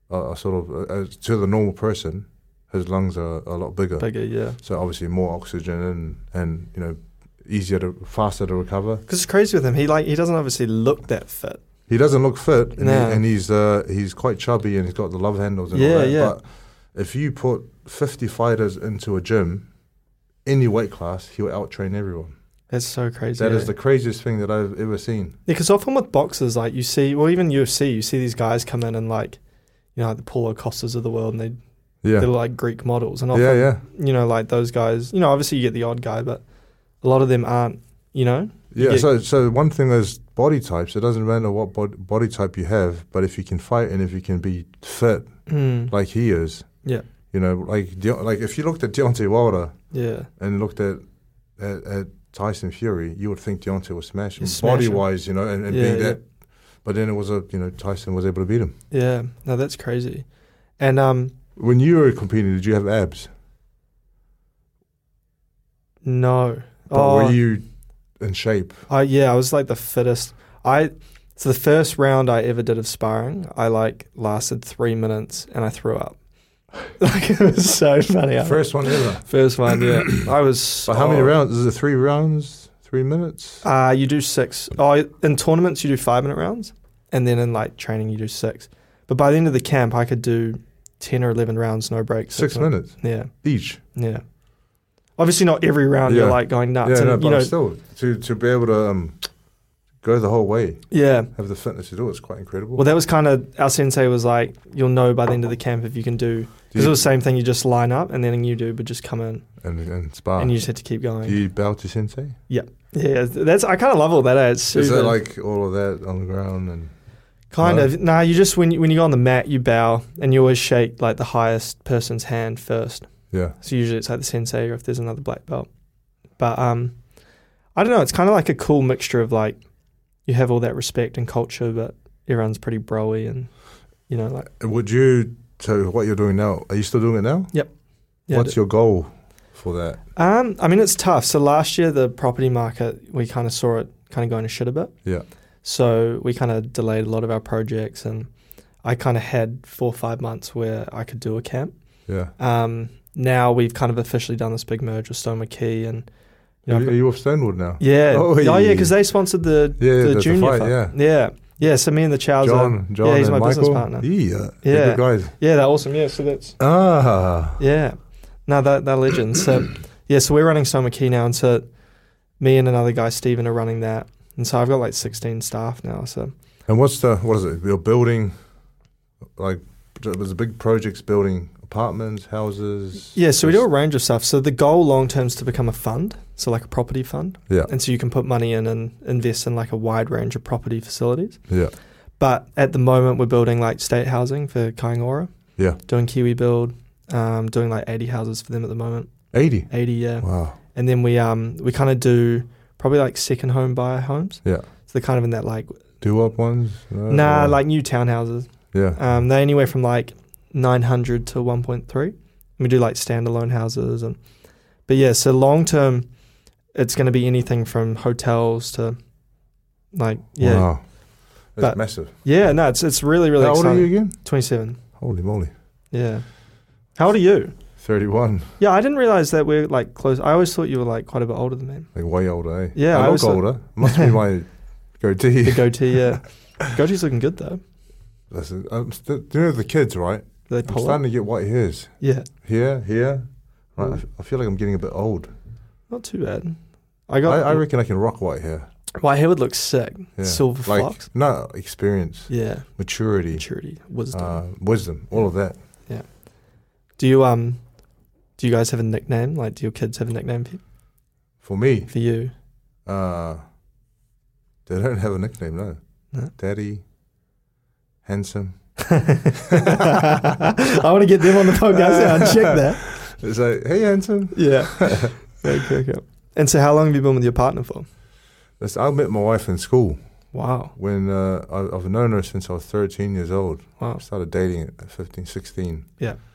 Speaker 3: are, are sort of, uh, as to the normal person, his lungs are a lot bigger.
Speaker 2: Bigger, yeah.
Speaker 3: So obviously more oxygen and, and, you know, easier to, faster to recover.
Speaker 2: Because it's crazy with him. He like he doesn't obviously look that fit.
Speaker 3: He doesn't look fit, and,
Speaker 2: No.
Speaker 3: he, and he's uh, he's quite chubby, and he's got the love handles and
Speaker 2: Yeah,
Speaker 3: all that.
Speaker 2: yeah.
Speaker 3: But if you put fifty fighters into a gym, any weight class, he'll outtrain everyone.
Speaker 2: That's so crazy.
Speaker 3: That is
Speaker 2: eh?
Speaker 3: the craziest thing that I've ever seen.
Speaker 2: Yeah, because often with boxers, like you see, well, even UFC, you see these guys come in and like, you know, like the Paulo Costas of the world, and they
Speaker 3: Yeah,
Speaker 2: they're like Greek models, and often,
Speaker 3: yeah, yeah,
Speaker 2: you know, like those guys, you know, obviously you get the odd guy, but a lot of them aren't, you know.
Speaker 3: yeah.
Speaker 2: Yeah.
Speaker 3: So, so one thing is body types. It doesn't matter what bod- body type you have, but if you can fight and if you can be fit
Speaker 2: Mm.
Speaker 3: like he is,
Speaker 2: Yeah.
Speaker 3: you know, like De- like if you looked at Deontay Wilder
Speaker 2: *clears throat* Yeah,
Speaker 3: and looked at at, at Tyson Fury, you would think Deontay would smash him
Speaker 2: He'd smash
Speaker 3: body
Speaker 2: him.
Speaker 3: wise, you know, and, and
Speaker 2: Yeah,
Speaker 3: being
Speaker 2: yeah.
Speaker 3: that. But then it was a you know Tyson was able to beat him.
Speaker 2: yeah. No, that's crazy. And um,
Speaker 3: When you were competing, did you have abs?
Speaker 2: no,
Speaker 3: But
Speaker 2: Oh.
Speaker 3: were you in shape?
Speaker 2: I yeah, I was like the fittest. I so the first round I ever did of sparring, I like lasted three minutes and I threw up. *laughs* like it was so funny. I-
Speaker 3: First one
Speaker 2: *laughs*
Speaker 3: ever.
Speaker 2: First one, yeah. I was.
Speaker 3: But how many
Speaker 2: oh,
Speaker 3: rounds? Is it three rounds? Three minutes?
Speaker 2: Uh, you do six. Oh, in tournaments you do five minute rounds, and then in like training you do six. But by the end of the camp, I could do ten or eleven rounds, no breaks.
Speaker 3: Six minutes
Speaker 2: minutes.
Speaker 3: each.
Speaker 2: Yeah, yeah. Obviously, not every round you're
Speaker 3: Yeah.
Speaker 2: Uh, like going nuts,
Speaker 3: yeah,
Speaker 2: and
Speaker 3: no, but
Speaker 2: you know,
Speaker 3: still to to be able to um, go the whole way,
Speaker 2: Yeah.
Speaker 3: have the fitness to do it. It's quite incredible.
Speaker 2: Well, that was kind of our sensei was like, you'll know by the end of the camp if you can do.
Speaker 3: Do
Speaker 2: Because it
Speaker 3: you-
Speaker 2: was the same thing. You just line up and then you do, but just come in
Speaker 3: and, and spa.
Speaker 2: and you just had to keep going.
Speaker 3: Ah. do you bow to sensei?
Speaker 2: yeah, that's I kind of love all that. eh? It's super,
Speaker 3: Is that like all of that on the ground? And
Speaker 2: kind
Speaker 3: no?
Speaker 2: of. Nah, you just when you, when you go on the mat, you bow and you always shake like the highest person's hand first.
Speaker 3: yeah,
Speaker 2: So usually it's like the sensei or if there's another black belt. But um, I don't know. It's kind of like a cool mixture of like you have all that respect and culture, but everyone's pretty broy and you know like
Speaker 3: And would you so what you're doing now? Are you still doing it now?
Speaker 2: yeah,
Speaker 3: What's your goal for that?
Speaker 2: Um, I mean, it's tough. So last year, the property market, we kind of saw it kind of going to shit a bit.
Speaker 3: Yeah.
Speaker 2: So we kind of delayed a lot of our projects, and I kind of had four or five months where I could do a camp.
Speaker 3: Yeah.
Speaker 2: Um, now we've kind of officially done this big merge with Stone McKee, and you know,
Speaker 3: Are you, are you off Stonewood now?
Speaker 2: yeah,
Speaker 3: Oh,
Speaker 2: oh, yeah,
Speaker 3: yeah.
Speaker 2: because they sponsored the
Speaker 3: Yeah,
Speaker 2: the
Speaker 3: the- the
Speaker 2: junior
Speaker 3: fight,
Speaker 2: fight.
Speaker 3: yeah.
Speaker 2: yeah, yeah. So me and the Chows, are,
Speaker 3: John, John,
Speaker 2: um, yeah, he's
Speaker 3: and
Speaker 2: my
Speaker 3: Michael.
Speaker 2: business partner.
Speaker 3: Yeah, they're
Speaker 2: Yeah.
Speaker 3: good guys.
Speaker 2: yeah, they're awesome. Yeah, so that's
Speaker 3: Ah,
Speaker 2: Yeah. No, they're, they're legends.
Speaker 3: *coughs*
Speaker 2: So, yeah, so we're running Summer Key now. And so me and another guy, Steven, are running that. And so I've got like 16 staff now. So,
Speaker 3: and what's the what is it? You're building, like, there's a big projects building apartments, houses.
Speaker 2: yeah, so we do a range of stuff. So the goal long term is to become a fund. So, like a property fund.
Speaker 3: Yeah.
Speaker 2: And so you can put money in and invest in like a wide range of property facilities.
Speaker 3: Yeah,
Speaker 2: But at the moment, we're building like state housing for Kaingora.
Speaker 3: Yeah.
Speaker 2: Doing Kiwi Build, um, doing like 80 houses for them at the moment.
Speaker 3: eighty.
Speaker 2: 80, yeah.
Speaker 3: Wow.
Speaker 2: and then we um we kind of do probably like second home buyer homes.
Speaker 3: Yeah. Oh,
Speaker 2: so they're kind of in that like
Speaker 3: Do up ones? No,
Speaker 2: nah
Speaker 3: or-
Speaker 2: like new townhouses.
Speaker 3: yeah,
Speaker 2: Um, they're anywhere from like nine hundred to one point three. We do like standalone houses and, but yeah, so long term, it's going to be anything from hotels to, like yeah
Speaker 3: Wow. That's
Speaker 2: But-
Speaker 3: massive.
Speaker 2: yeah no it's it's really really
Speaker 3: How old are
Speaker 2: exciting.
Speaker 3: you again?
Speaker 2: Twenty seven.
Speaker 3: Holy moly,
Speaker 2: Yeah. How old are you?
Speaker 3: thirty-one.
Speaker 2: Yeah, I didn't realize that we're like close. I always thought you were like quite a bit older than me.
Speaker 3: Like way older, eh?
Speaker 2: Yeah, I
Speaker 3: I
Speaker 2: always
Speaker 3: look
Speaker 2: thought-
Speaker 3: older. Must be
Speaker 2: *laughs*
Speaker 3: my
Speaker 2: The
Speaker 3: goatee.
Speaker 2: goatee,
Speaker 3: *laughs*
Speaker 2: yeah. Goatee's looking good though.
Speaker 3: Listen, I'm st- do you know the kids, right?
Speaker 2: They
Speaker 3: I'm
Speaker 2: pull up.
Speaker 3: starting to get white hairs.
Speaker 2: Yeah,
Speaker 3: Here, here. Right, I
Speaker 2: Mm.
Speaker 3: f- I feel like I'm getting a bit old.
Speaker 2: not too bad. I
Speaker 3: I,
Speaker 2: got.
Speaker 3: I reckon I can rock white hair.
Speaker 2: my hair would look sick.
Speaker 3: Yeah.
Speaker 2: Silver
Speaker 3: like,
Speaker 2: fox.
Speaker 3: No experience,
Speaker 2: Yeah,
Speaker 3: maturity,
Speaker 2: maturity, wisdom.
Speaker 3: uh, wisdom, all of that.
Speaker 2: do you um, do you guys have a nickname? Like, do your kids have a nickname for,
Speaker 3: For me,
Speaker 2: for
Speaker 3: *laughs*
Speaker 2: you? *laughs*
Speaker 3: uh, they don't have a nickname, no.
Speaker 2: No.
Speaker 3: Daddy, handsome.
Speaker 2: *laughs* I want to get them on the podcast
Speaker 3: *laughs*
Speaker 2: now and check that.
Speaker 3: It's like, hey, handsome.
Speaker 2: Yeah. okay, okay. And so, how long have you been with your partner for?
Speaker 3: That's, I met my wife in school
Speaker 2: Wow,
Speaker 3: when uh, I, I've known her since I was 13 years old.
Speaker 2: wow.
Speaker 3: I started dating at 15, 16.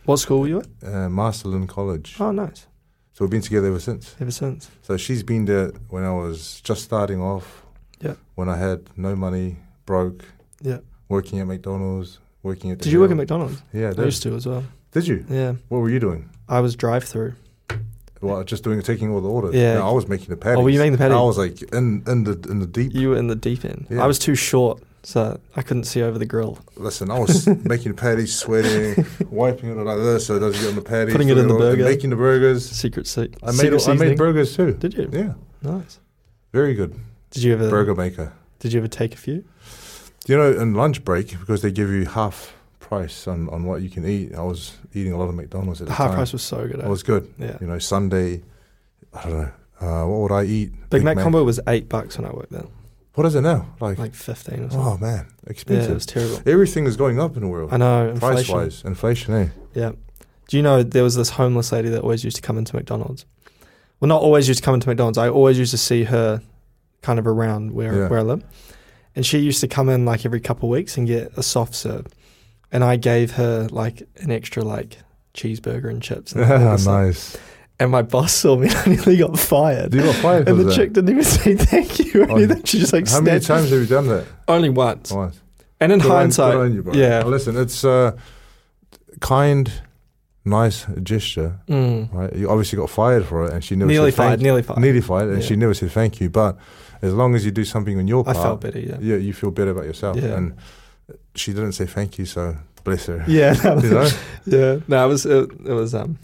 Speaker 2: What school were you at?
Speaker 3: Uh, Masterland College.
Speaker 2: Oh, nice.
Speaker 3: So we've been together ever since.
Speaker 2: Ever since.
Speaker 3: So she's been there when I was just starting off.
Speaker 2: Yeah.
Speaker 3: When I had no money, broke.
Speaker 2: Yeah.
Speaker 3: Working at McDonald's, working at. the
Speaker 2: Did you work at
Speaker 3: Herald.
Speaker 2: McDonald's?
Speaker 3: Yeah, I
Speaker 2: I
Speaker 3: did.
Speaker 2: used to as well.
Speaker 3: Did you?
Speaker 2: Yeah,
Speaker 3: What were you doing?
Speaker 2: I was drive-through.
Speaker 3: Well, just doing taking all the orders.
Speaker 2: Yeah.
Speaker 3: No, I was making the patties.
Speaker 2: Oh, were you making the patties?
Speaker 3: I was like in in the in the deep.
Speaker 2: You were in the deep end.
Speaker 3: Yeah.
Speaker 2: I was too short, so I couldn't see over the grill.
Speaker 3: Listen,
Speaker 2: *laughs*
Speaker 3: I was making the patties, sweating, wiping it like this so it doesn't get on the patties.
Speaker 2: Putting it in the
Speaker 3: doing all- and
Speaker 2: burger.
Speaker 3: Making the burgers.
Speaker 2: Secret seat.
Speaker 3: I made all- I made burgers too.
Speaker 2: Did you?
Speaker 3: Yeah.
Speaker 2: Nice.
Speaker 3: Very good.
Speaker 2: Did you ever
Speaker 3: Burger maker.
Speaker 2: Did you ever take a few?
Speaker 3: Do you know, in lunch break, because they give you half price on, on what you can eat, I was eating a lot of McDonald's at
Speaker 2: The
Speaker 3: the
Speaker 2: half
Speaker 3: time.
Speaker 2: price was so good.
Speaker 3: It
Speaker 2: eh?
Speaker 3: was good.
Speaker 2: yeah.
Speaker 3: You know, Sunday, I don't know, uh, what would I eat?
Speaker 2: Big, Mac, combo was eight bucks when I worked there,
Speaker 3: What is it now? Like,
Speaker 2: like fifteen or something.
Speaker 3: oh man,
Speaker 2: yeah,
Speaker 3: expensive.
Speaker 2: it was terrible.
Speaker 3: Everything is going up in the world.
Speaker 2: I know.
Speaker 3: Price
Speaker 2: Inflation.
Speaker 3: wise, inflation, eh?
Speaker 2: Yeah. Do you know there was this homeless lady that always used to come into McDonald's? Well, not always used to come into McDonald's. I always used to see her kind of around where
Speaker 3: Yeah.
Speaker 2: where I live, and she used to come in like every couple of weeks and get a soft serve, and I gave her like an extra like cheeseburger and chips. And all that stuff.
Speaker 3: *laughs* nice.
Speaker 2: and my boss saw me *laughs* and I nearly got fired.
Speaker 3: Do you got
Speaker 2: *laughs*
Speaker 3: fired
Speaker 2: And
Speaker 3: for
Speaker 2: the
Speaker 3: that?
Speaker 2: chick didn't even say thank you or
Speaker 3: Oh,
Speaker 2: anything. She just like
Speaker 3: How many
Speaker 2: snatched
Speaker 3: times have you done
Speaker 2: *laughs*
Speaker 3: that?
Speaker 2: only once.
Speaker 3: Once.
Speaker 2: And in
Speaker 3: Good on-
Speaker 2: hindsight,
Speaker 3: good on you, bro.
Speaker 2: yeah.
Speaker 3: Listen, it's uh, kind, nice gesture,
Speaker 2: Mm,
Speaker 3: right? You obviously got fired for it, and she never
Speaker 2: nearly
Speaker 3: said thank
Speaker 2: fired,
Speaker 3: you.
Speaker 2: nearly fired.
Speaker 3: nearly fired, and
Speaker 2: Yeah.
Speaker 3: she never said thank you. But as long as you do something on your
Speaker 2: I
Speaker 3: part,
Speaker 2: felt better. Yeah,
Speaker 3: yeah, you feel better about yourself.
Speaker 2: Yeah.
Speaker 3: And she didn't say thank you, so bless her.
Speaker 2: yeah, *laughs*
Speaker 3: *laughs* you know,
Speaker 2: yeah. No, it was it, it was um.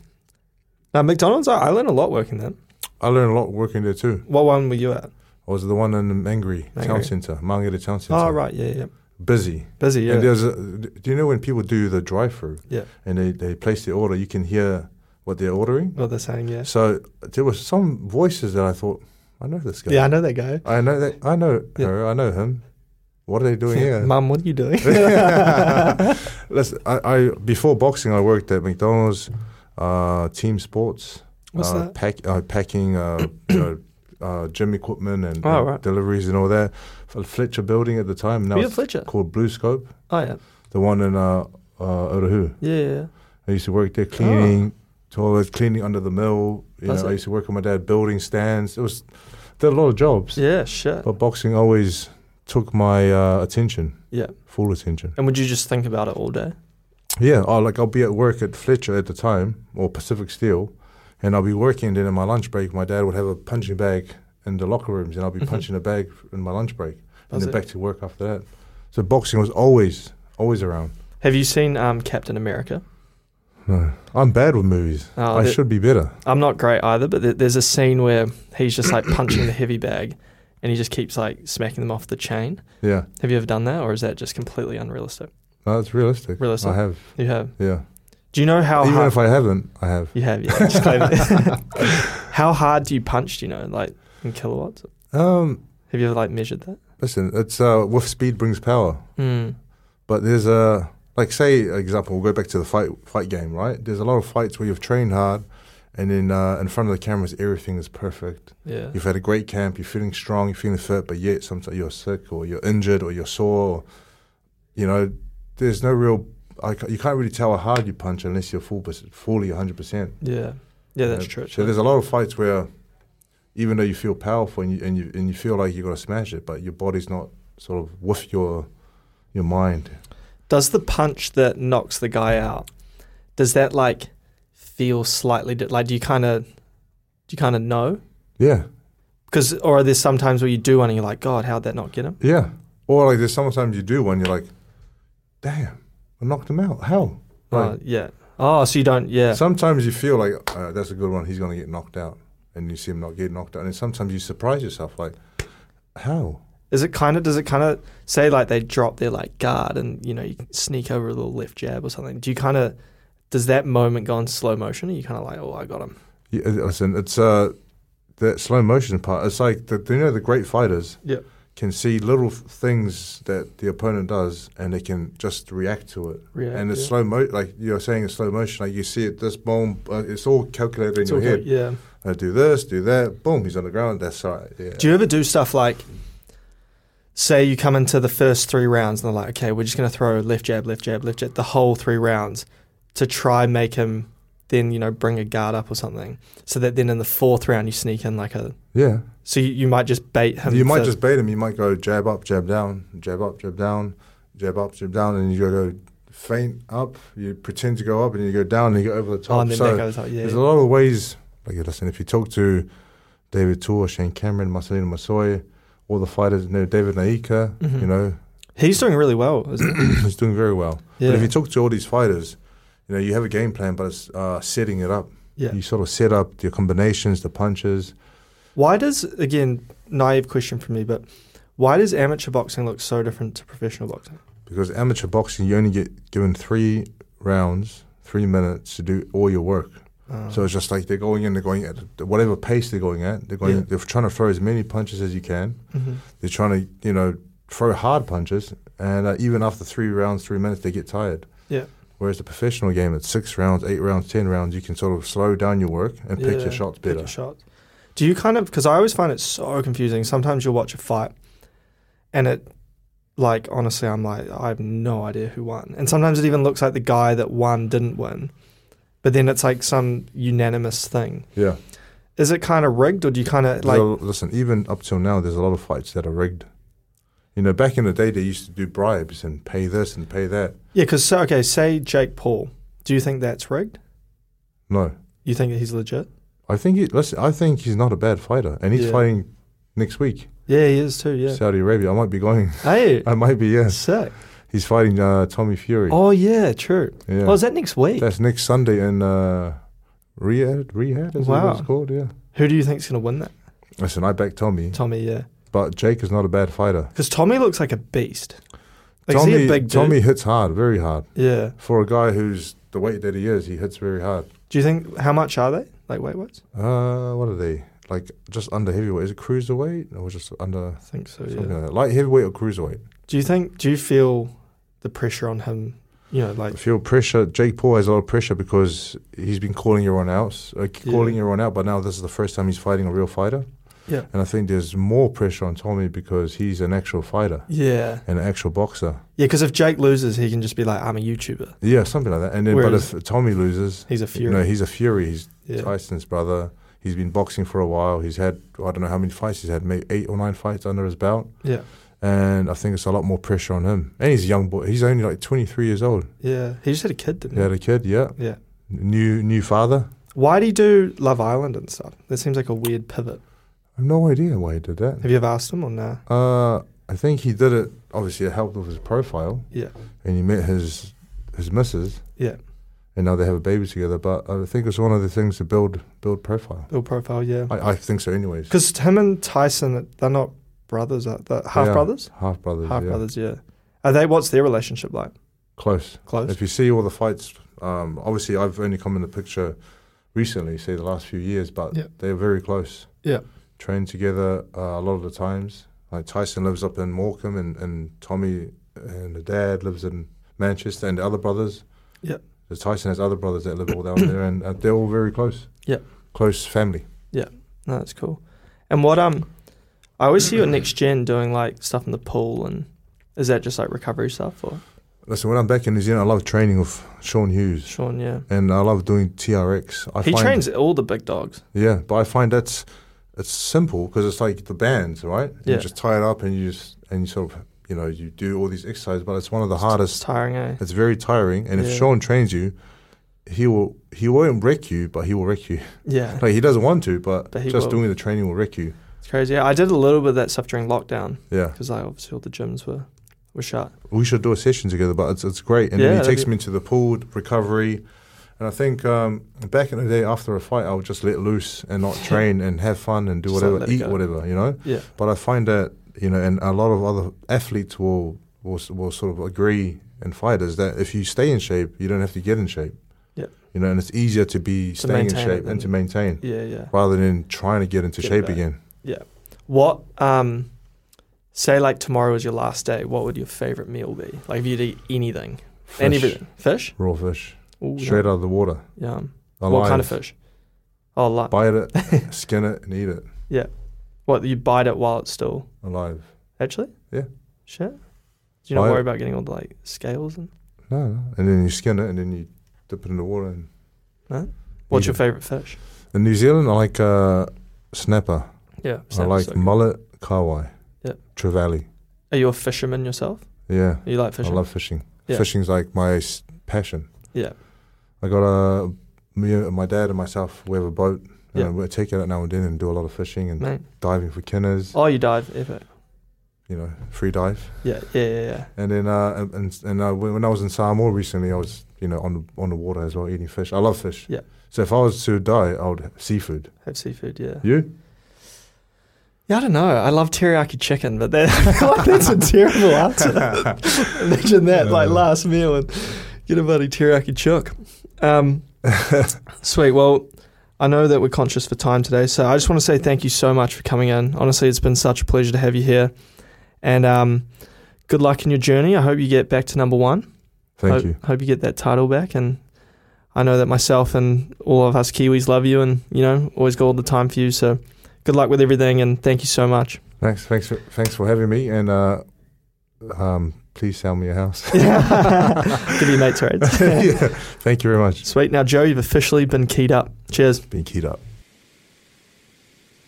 Speaker 2: Now McDonald's, I, I learned a lot working there.
Speaker 3: I learned a lot working there too.
Speaker 2: What one were you at?
Speaker 3: I I was the one in Mangere Town
Speaker 2: Mangere.
Speaker 3: Centre, Mangere Town Centre.
Speaker 2: Oh, right. Yeah, yeah.
Speaker 3: Busy.
Speaker 2: Busy, yeah.
Speaker 3: And there's a, do you know when people do the drive through
Speaker 2: yeah.
Speaker 3: and they, they place their order, you can hear what they're ordering?
Speaker 2: What they're saying, yeah.
Speaker 3: So there were some voices that I thought, I know this guy.
Speaker 2: Yeah, I know that guy.
Speaker 3: I know that. I know
Speaker 2: Yeah.
Speaker 3: her. I know him. What are they doing here?
Speaker 2: *laughs* Mum, what are you doing?
Speaker 3: *laughs* Listen, I, I before boxing, I worked at McDonald's, uh, Team Sports.
Speaker 2: What's
Speaker 3: uh,
Speaker 2: that?
Speaker 3: Pack, uh,
Speaker 2: *coughs*
Speaker 3: packing uh, you know, uh, gym equipment and,
Speaker 2: Oh,
Speaker 3: and
Speaker 2: right.
Speaker 3: deliveries and all that. F- Fletcher Building at the time. Now
Speaker 2: Were you at
Speaker 3: it's
Speaker 2: Fletcher?
Speaker 3: Called Blue Scope,
Speaker 2: Oh, yeah.
Speaker 3: the one in uh, uh, Otahu.
Speaker 2: Yeah, yeah.
Speaker 3: I used to work there cleaning toilets, cleaning under the mill.
Speaker 2: Oh.
Speaker 3: You
Speaker 2: That's
Speaker 3: know, I
Speaker 2: it.
Speaker 3: used to work with my dad building stands. It was did a lot of jobs.
Speaker 2: Yeah, shit.
Speaker 3: But boxing always took my uh, attention,
Speaker 2: Yeah.
Speaker 3: full attention.
Speaker 2: And would you just think about it all day?
Speaker 3: Yeah, oh, like I'll be at work at Fletcher at the time, or Pacific Steel, and I'll be working. Then in my lunch break, my dad would have a punching bag in the locker rooms, and I'll be punching a bag in my lunch break, and
Speaker 2: Mm-hmm. That's
Speaker 3: then
Speaker 2: it.
Speaker 3: back to work after that. So boxing was always, always around.
Speaker 2: Have you seen um, Captain America?
Speaker 3: No, I'm bad with movies.
Speaker 2: Oh,
Speaker 3: I
Speaker 2: that-
Speaker 3: should be better.
Speaker 2: I'm not great either, but th- there's a scene where he's just like punching the heavy bag and he just keeps like smacking them off the chain.
Speaker 3: Yeah,
Speaker 2: Have you ever done that or is that just completely unrealistic?
Speaker 3: no, it's realistic.
Speaker 2: Realistic.
Speaker 3: I have.
Speaker 2: You have.
Speaker 3: Yeah,
Speaker 2: Do you know how
Speaker 3: even
Speaker 2: hard
Speaker 3: if I haven't, I have.
Speaker 2: you have? Yeah, just claim it. *laughs* how hard do you punch? Do you know, like in kilowatts?
Speaker 3: Um,
Speaker 2: Have you ever like measured that?
Speaker 3: listen, it's uh, with speed brings power.
Speaker 2: Mm.
Speaker 3: But there's a like say example. We'll go back to the fight fight game, right? There's a lot of fights where you've trained hard, and then uh, in front of the cameras, everything is perfect.
Speaker 2: Yeah.
Speaker 3: You've had a great camp. You're feeling strong. You're feeling fit, but yet sometimes you're sick or you're injured or you're sore. Or, you know, there's no real. I, ca- you can't really tell how hard you punch unless you're full, perc- fully 100%.
Speaker 2: Yeah. Yeah, that's
Speaker 3: Uh,
Speaker 2: true.
Speaker 3: So there's a lot of fights where, even though you feel powerful and you and you, and you feel like you're gonna smash it, but your body's not sort of with your your mind.
Speaker 2: Does the punch that knocks the guy out, does that like feel slightly di- like do you kind of do you kind of know?
Speaker 3: Yeah,
Speaker 2: Because or are there sometimes where you do one and you're like, God, how'd that not get him?
Speaker 3: yeah. Or like there's sometimes you do one, you're like, damn, I knocked him out. How? Like,
Speaker 2: Oh, yeah. Oh, so you don't? Yeah.
Speaker 3: Sometimes you feel like uh, that's a good one. He's gonna get knocked out, and you see him not get knocked out, and sometimes you surprise yourself like, how?
Speaker 2: Is it kind of? Does it kind of say like they drop their like guard and you know you sneak over a little left jab or something? Do you kind of? Does that moment go in slow motion? Are you kind of like, oh, I got him?
Speaker 3: Yeah, uh, listen, it's uh, that slow motion part. It's like the, you know the great fighters.
Speaker 2: Yeah.
Speaker 3: can see little f- things that the opponent does and they can just react to it.
Speaker 2: React,
Speaker 3: and it's
Speaker 2: yeah.
Speaker 3: slow mo like you're saying, it's slow motion. Like you see it, this boom, uh, it's all calculated in
Speaker 2: It's
Speaker 3: your
Speaker 2: all
Speaker 3: head.
Speaker 2: good. Yeah.
Speaker 3: I do this, do that, boom, he's on the ground. That's all right. Yeah.
Speaker 2: Do you ever do stuff like, say you come into the first three rounds and they're like, okay, we're just going to throw left jab, left jab, left jab the whole three rounds to try make him then you know bring a guard up or something, so that then in the fourth round you sneak in like a.
Speaker 3: yeah.
Speaker 2: So you, you might just bait him.
Speaker 3: You might
Speaker 2: to-
Speaker 3: just bait him. You might go jab up, jab down, jab up, jab down, jab up, jab down, and you go to feint up. You pretend to go up, and you go down, and you go over the top.
Speaker 2: Oh, and then
Speaker 3: So-
Speaker 2: back over the top. Yeah.
Speaker 3: There's a lot of ways. Like, listen, if you talk to David Tour, Shane Cameron, Marcelino Masoy, all the fighters, you know, David Naika,
Speaker 2: Mm-hmm.
Speaker 3: you know, *clears throat*
Speaker 2: He's doing really well. Isn't he?
Speaker 3: he's doing very well.
Speaker 2: Yeah.
Speaker 3: But if you talk to all these fighters, you know, you have a game plan, but it's uh, setting it up.
Speaker 2: Yeah.
Speaker 3: You sort of set up your combinations, the punches.
Speaker 2: Why does again naive question from me, but why does amateur boxing look so different to professional boxing?
Speaker 3: Because amateur boxing, you only get given three rounds, three minutes to do all your work.
Speaker 2: Uh.
Speaker 3: So it's just like they're going in, they're going at whatever pace they're going at. They're going,
Speaker 2: Yeah.
Speaker 3: they're trying to throw as many punches as you can.
Speaker 2: Mhm.
Speaker 3: They're trying to, you know, throw hard punches, and uh, even after three rounds, three minutes, they get tired.
Speaker 2: Yeah.
Speaker 3: Whereas the professional game, it's six rounds, eight rounds, ten rounds. You can sort of slow down your work and pick
Speaker 2: Yeah,
Speaker 3: your shots
Speaker 2: pick
Speaker 3: better.
Speaker 2: your shots. Do you kind of because I always find it so confusing. Sometimes you'll watch a fight, and it like honestly, I'm like I have no idea who won, and sometimes it even looks like the guy that won didn't win, but then it's like some unanimous thing.
Speaker 3: yeah.
Speaker 2: Is it kind of rigged, or do you kind of
Speaker 3: There's
Speaker 2: like
Speaker 3: a- listen, even up till now, there's a lot of fights that are rigged. You know, back in the day, they used to do bribes and pay this and pay that.
Speaker 2: yeah? Because so, okay, say Jake Paul. Do you think that's rigged?
Speaker 3: No,
Speaker 2: You think that he's legit?
Speaker 3: I think he, listen, I think he's not a bad fighter, and he's
Speaker 2: Yeah.
Speaker 3: fighting next week,
Speaker 2: Yeah, he is too. Yeah.
Speaker 3: Saudi Arabia. I might be going. *laughs*
Speaker 2: hey,
Speaker 3: I might be yes.
Speaker 2: sick.
Speaker 3: He's fighting uh, Tommy Fury.
Speaker 2: Oh yeah, true.
Speaker 3: Yeah.
Speaker 2: Oh, is that next week?
Speaker 3: That's next Sunday in uh, Riyadh. Riyadh is that what
Speaker 2: Wow.
Speaker 3: it's called. Yeah.
Speaker 2: who do you think's going to win that?
Speaker 3: Listen, I back Tommy,
Speaker 2: Tommy, yeah.
Speaker 3: But Jake is not a bad fighter.
Speaker 2: Because Tommy looks like a beast. Like,
Speaker 3: Tommy,
Speaker 2: Oh, is he a big dude?
Speaker 3: Tommy hits hard, very hard.
Speaker 2: Yeah.
Speaker 3: For a guy who's the weight that he is, he hits very hard.
Speaker 2: Do you think how much are they? Like weight wise?
Speaker 3: Uh, what are they? Like just under heavyweight? Is it cruiserweight or just under
Speaker 2: I think so.
Speaker 3: something
Speaker 2: Yeah.
Speaker 3: like that? Light heavyweight or cruiserweight?
Speaker 2: Do you think? Do you feel the pressure on him? You know, like
Speaker 3: I feel pressure. Jake Paul has a lot of pressure because he's been calling everyone out, uh,
Speaker 2: Yeah.
Speaker 3: calling everyone out. But now this is the first time he's fighting a real fighter.
Speaker 2: Yeah.
Speaker 3: And I think there's more pressure on Tommy because he's an actual fighter,
Speaker 2: yeah,
Speaker 3: an actual boxer.
Speaker 2: yeah. Because if Jake loses, he can just be like, "I'm a YouTuber."
Speaker 3: Yeah, something like that. And then,
Speaker 2: Whereas-
Speaker 3: but if Tommy loses,
Speaker 2: He's a
Speaker 3: you
Speaker 2: fury.
Speaker 3: know, he's a fury. He's
Speaker 2: yeah.
Speaker 3: Tyson's brother. He's been boxing for a while. He's had I don't know how many fights he's had, maybe eight or nine fights under his belt.
Speaker 2: yeah,
Speaker 3: And I think it's a lot more pressure on him. And he's a young boy. He's only like 23 years old.
Speaker 2: yeah. He just had a kid, didn't
Speaker 3: He had a kid, yeah.
Speaker 2: he? Yeah.
Speaker 3: New new father.
Speaker 2: Why do you do Love Island and stuff? That seems like a weird pivot.
Speaker 3: I have no idea why he did that.
Speaker 2: Have you ever asked him or nah?
Speaker 3: Uh, I think he did it. Obviously, it helped with his profile,
Speaker 2: Yeah,
Speaker 3: and he met his his missus,
Speaker 2: yeah.
Speaker 3: and now they have a baby together. But I think it's one of the things to build build profile.
Speaker 2: Bill profile, yeah.
Speaker 3: I, I think so, anyways.
Speaker 2: Because him and Tyson, they're not brothers, are they?
Speaker 3: They are
Speaker 2: Half brothers?
Speaker 3: half brothers,
Speaker 2: Half
Speaker 3: yeah.
Speaker 2: brothers, yeah. Are they? What's their relationship like?
Speaker 3: close.
Speaker 2: Close.
Speaker 3: If you see all the fights, um, obviously I've only come in the picture recently, say the last few years, but
Speaker 2: Yeah.
Speaker 3: they're very close.
Speaker 2: Yeah.
Speaker 3: Train together uh, a lot of the times. Like Tyson lives up in Morecambe, and, and Tommy and the dad lives in Manchester, and the other brothers.
Speaker 2: Yeah.
Speaker 3: So Tyson has other brothers that live all down there, and uh, they're all very close.
Speaker 2: Yeah.
Speaker 3: Close family.
Speaker 2: No, that's cool. And what um, I always see your next gen doing like stuff in the pool, and is that just like recovery stuff or
Speaker 3: Listen, when I'm back in New Zealand, I love training with Sean Hughes,
Speaker 2: Sean? Yeah,
Speaker 3: and I love doing TRX. I
Speaker 2: he
Speaker 3: find-
Speaker 2: trains all the big dogs.
Speaker 3: Yeah, but I find that's it's simple because it's like the bands, right?
Speaker 2: Yeah.
Speaker 3: You just tie it up and you just and you sort of you know you do all these exercises, but it's one of the
Speaker 2: It's
Speaker 3: hardest.
Speaker 2: tiring, eh?
Speaker 3: It's very tiring, and
Speaker 2: Yeah.
Speaker 3: if Sean trains you, he will he won't wreck you, but he will wreck you. *laughs*
Speaker 2: Yeah,
Speaker 3: Like he doesn't want to, but,
Speaker 2: But he
Speaker 3: just
Speaker 2: will.
Speaker 3: doing the training will wreck you.
Speaker 2: it's crazy. Yeah, I did a little bit of that stuff during lockdown
Speaker 3: Yeah,
Speaker 2: because like obviously all the gyms were were shut.
Speaker 3: we should do a session together, but it's it's great. And
Speaker 2: Yeah,
Speaker 3: then he
Speaker 2: that'd
Speaker 3: takes
Speaker 2: be-
Speaker 3: me to the pool recovery. And I think um, back in the day, after a fight, I would just let loose and
Speaker 2: *laughs*
Speaker 3: not train and have fun and do
Speaker 2: Just like
Speaker 3: whatever,
Speaker 2: let it
Speaker 3: eat
Speaker 2: go.
Speaker 3: whatever, you know.
Speaker 2: Yeah,
Speaker 3: But I find that you know, and a lot of other athletes will will, will sort of agree and fighters that if you stay in shape, you don't have to get in shape.
Speaker 2: Yeah.
Speaker 3: You know, and it's easier to be staying in
Speaker 2: maintain it
Speaker 3: shape and to
Speaker 2: than-
Speaker 3: maintain
Speaker 2: yeah, yeah.
Speaker 3: rather than trying to get into
Speaker 2: Get
Speaker 3: shape
Speaker 2: back.
Speaker 3: again.
Speaker 2: What um, say like tomorrow was your last day. What would your favorite meal be? Like if you'd eat anything
Speaker 3: Fish,
Speaker 2: and everything, fish,
Speaker 3: raw fish,
Speaker 2: Ooh,
Speaker 3: straight out of the water.
Speaker 2: Yeah. Um,
Speaker 3: Alive.
Speaker 2: What kind of fish? Oh, li-
Speaker 3: Bite it, *laughs* skin it, and eat it
Speaker 2: what you bite it while it's still.
Speaker 3: alive.
Speaker 2: Actually?
Speaker 3: Yeah.
Speaker 2: Shit. Do you not
Speaker 3: Why-
Speaker 2: worry about getting all the like scales and
Speaker 3: No, no, and then you skin it, and then you dip it in the water. And
Speaker 2: no? What's
Speaker 3: Yeah.
Speaker 2: your favorite fish?
Speaker 3: in New Zealand, I like uh, snapper.
Speaker 2: Yeah.
Speaker 3: I
Speaker 2: snapper's
Speaker 3: like
Speaker 2: so good.
Speaker 3: mullet, kawai,
Speaker 2: Yeah.
Speaker 3: trevally.
Speaker 2: Are you a fisherman yourself?
Speaker 3: Yeah.
Speaker 2: You like fishing?
Speaker 3: I love fishing.
Speaker 2: Yeah.
Speaker 3: Fishing's like my s- passion.
Speaker 2: yeah.
Speaker 3: I got a me, and my dad, and myself. We have a boat.
Speaker 2: Yeah.
Speaker 3: And we take it out now and then and do a lot of fishing and
Speaker 2: Mate.
Speaker 3: diving for kinners.
Speaker 2: Oh you dive, epic.
Speaker 3: You know, free dive.
Speaker 2: Yeah, yeah, yeah, yeah.
Speaker 3: And then uh, and- and and uh, when when I was in Samoa recently, I was you know on the, on the water as well, eating fish. I love fish.
Speaker 2: Yeah.
Speaker 3: So if I was to die, I would seafood.
Speaker 2: Have seafood, yeah.
Speaker 3: You?
Speaker 2: Yeah, I don't know. I love teriyaki chicken, but that, I feel *laughs* like that's a terrible answer. Imagine that, like last meal and get a bloody teriyaki chook. Um, sweet. Well, I know that we're conscious for time today, so I just want to say thank you so much for coming in. Honestly, it's been such a pleasure to have you here, and um, good luck in your journey. I hope you get back to number one.
Speaker 3: Thank
Speaker 2: hope,
Speaker 3: you.
Speaker 2: Hope you get that title back, and I know that myself and all of us Kiwis love you, and you know always got all the time for you. So, good luck with everything, and thank you so much.
Speaker 3: *laughs* Thanks. Thanks. For, thanks for having me. And uh, um, please sell me a
Speaker 2: *laughs*
Speaker 3: house.
Speaker 2: Give you mates rates.
Speaker 3: *laughs* yeah. Thank you very much.
Speaker 2: Sweet. Now, Joe, you've officially been keyed up. Cheers.
Speaker 3: Being keyed up.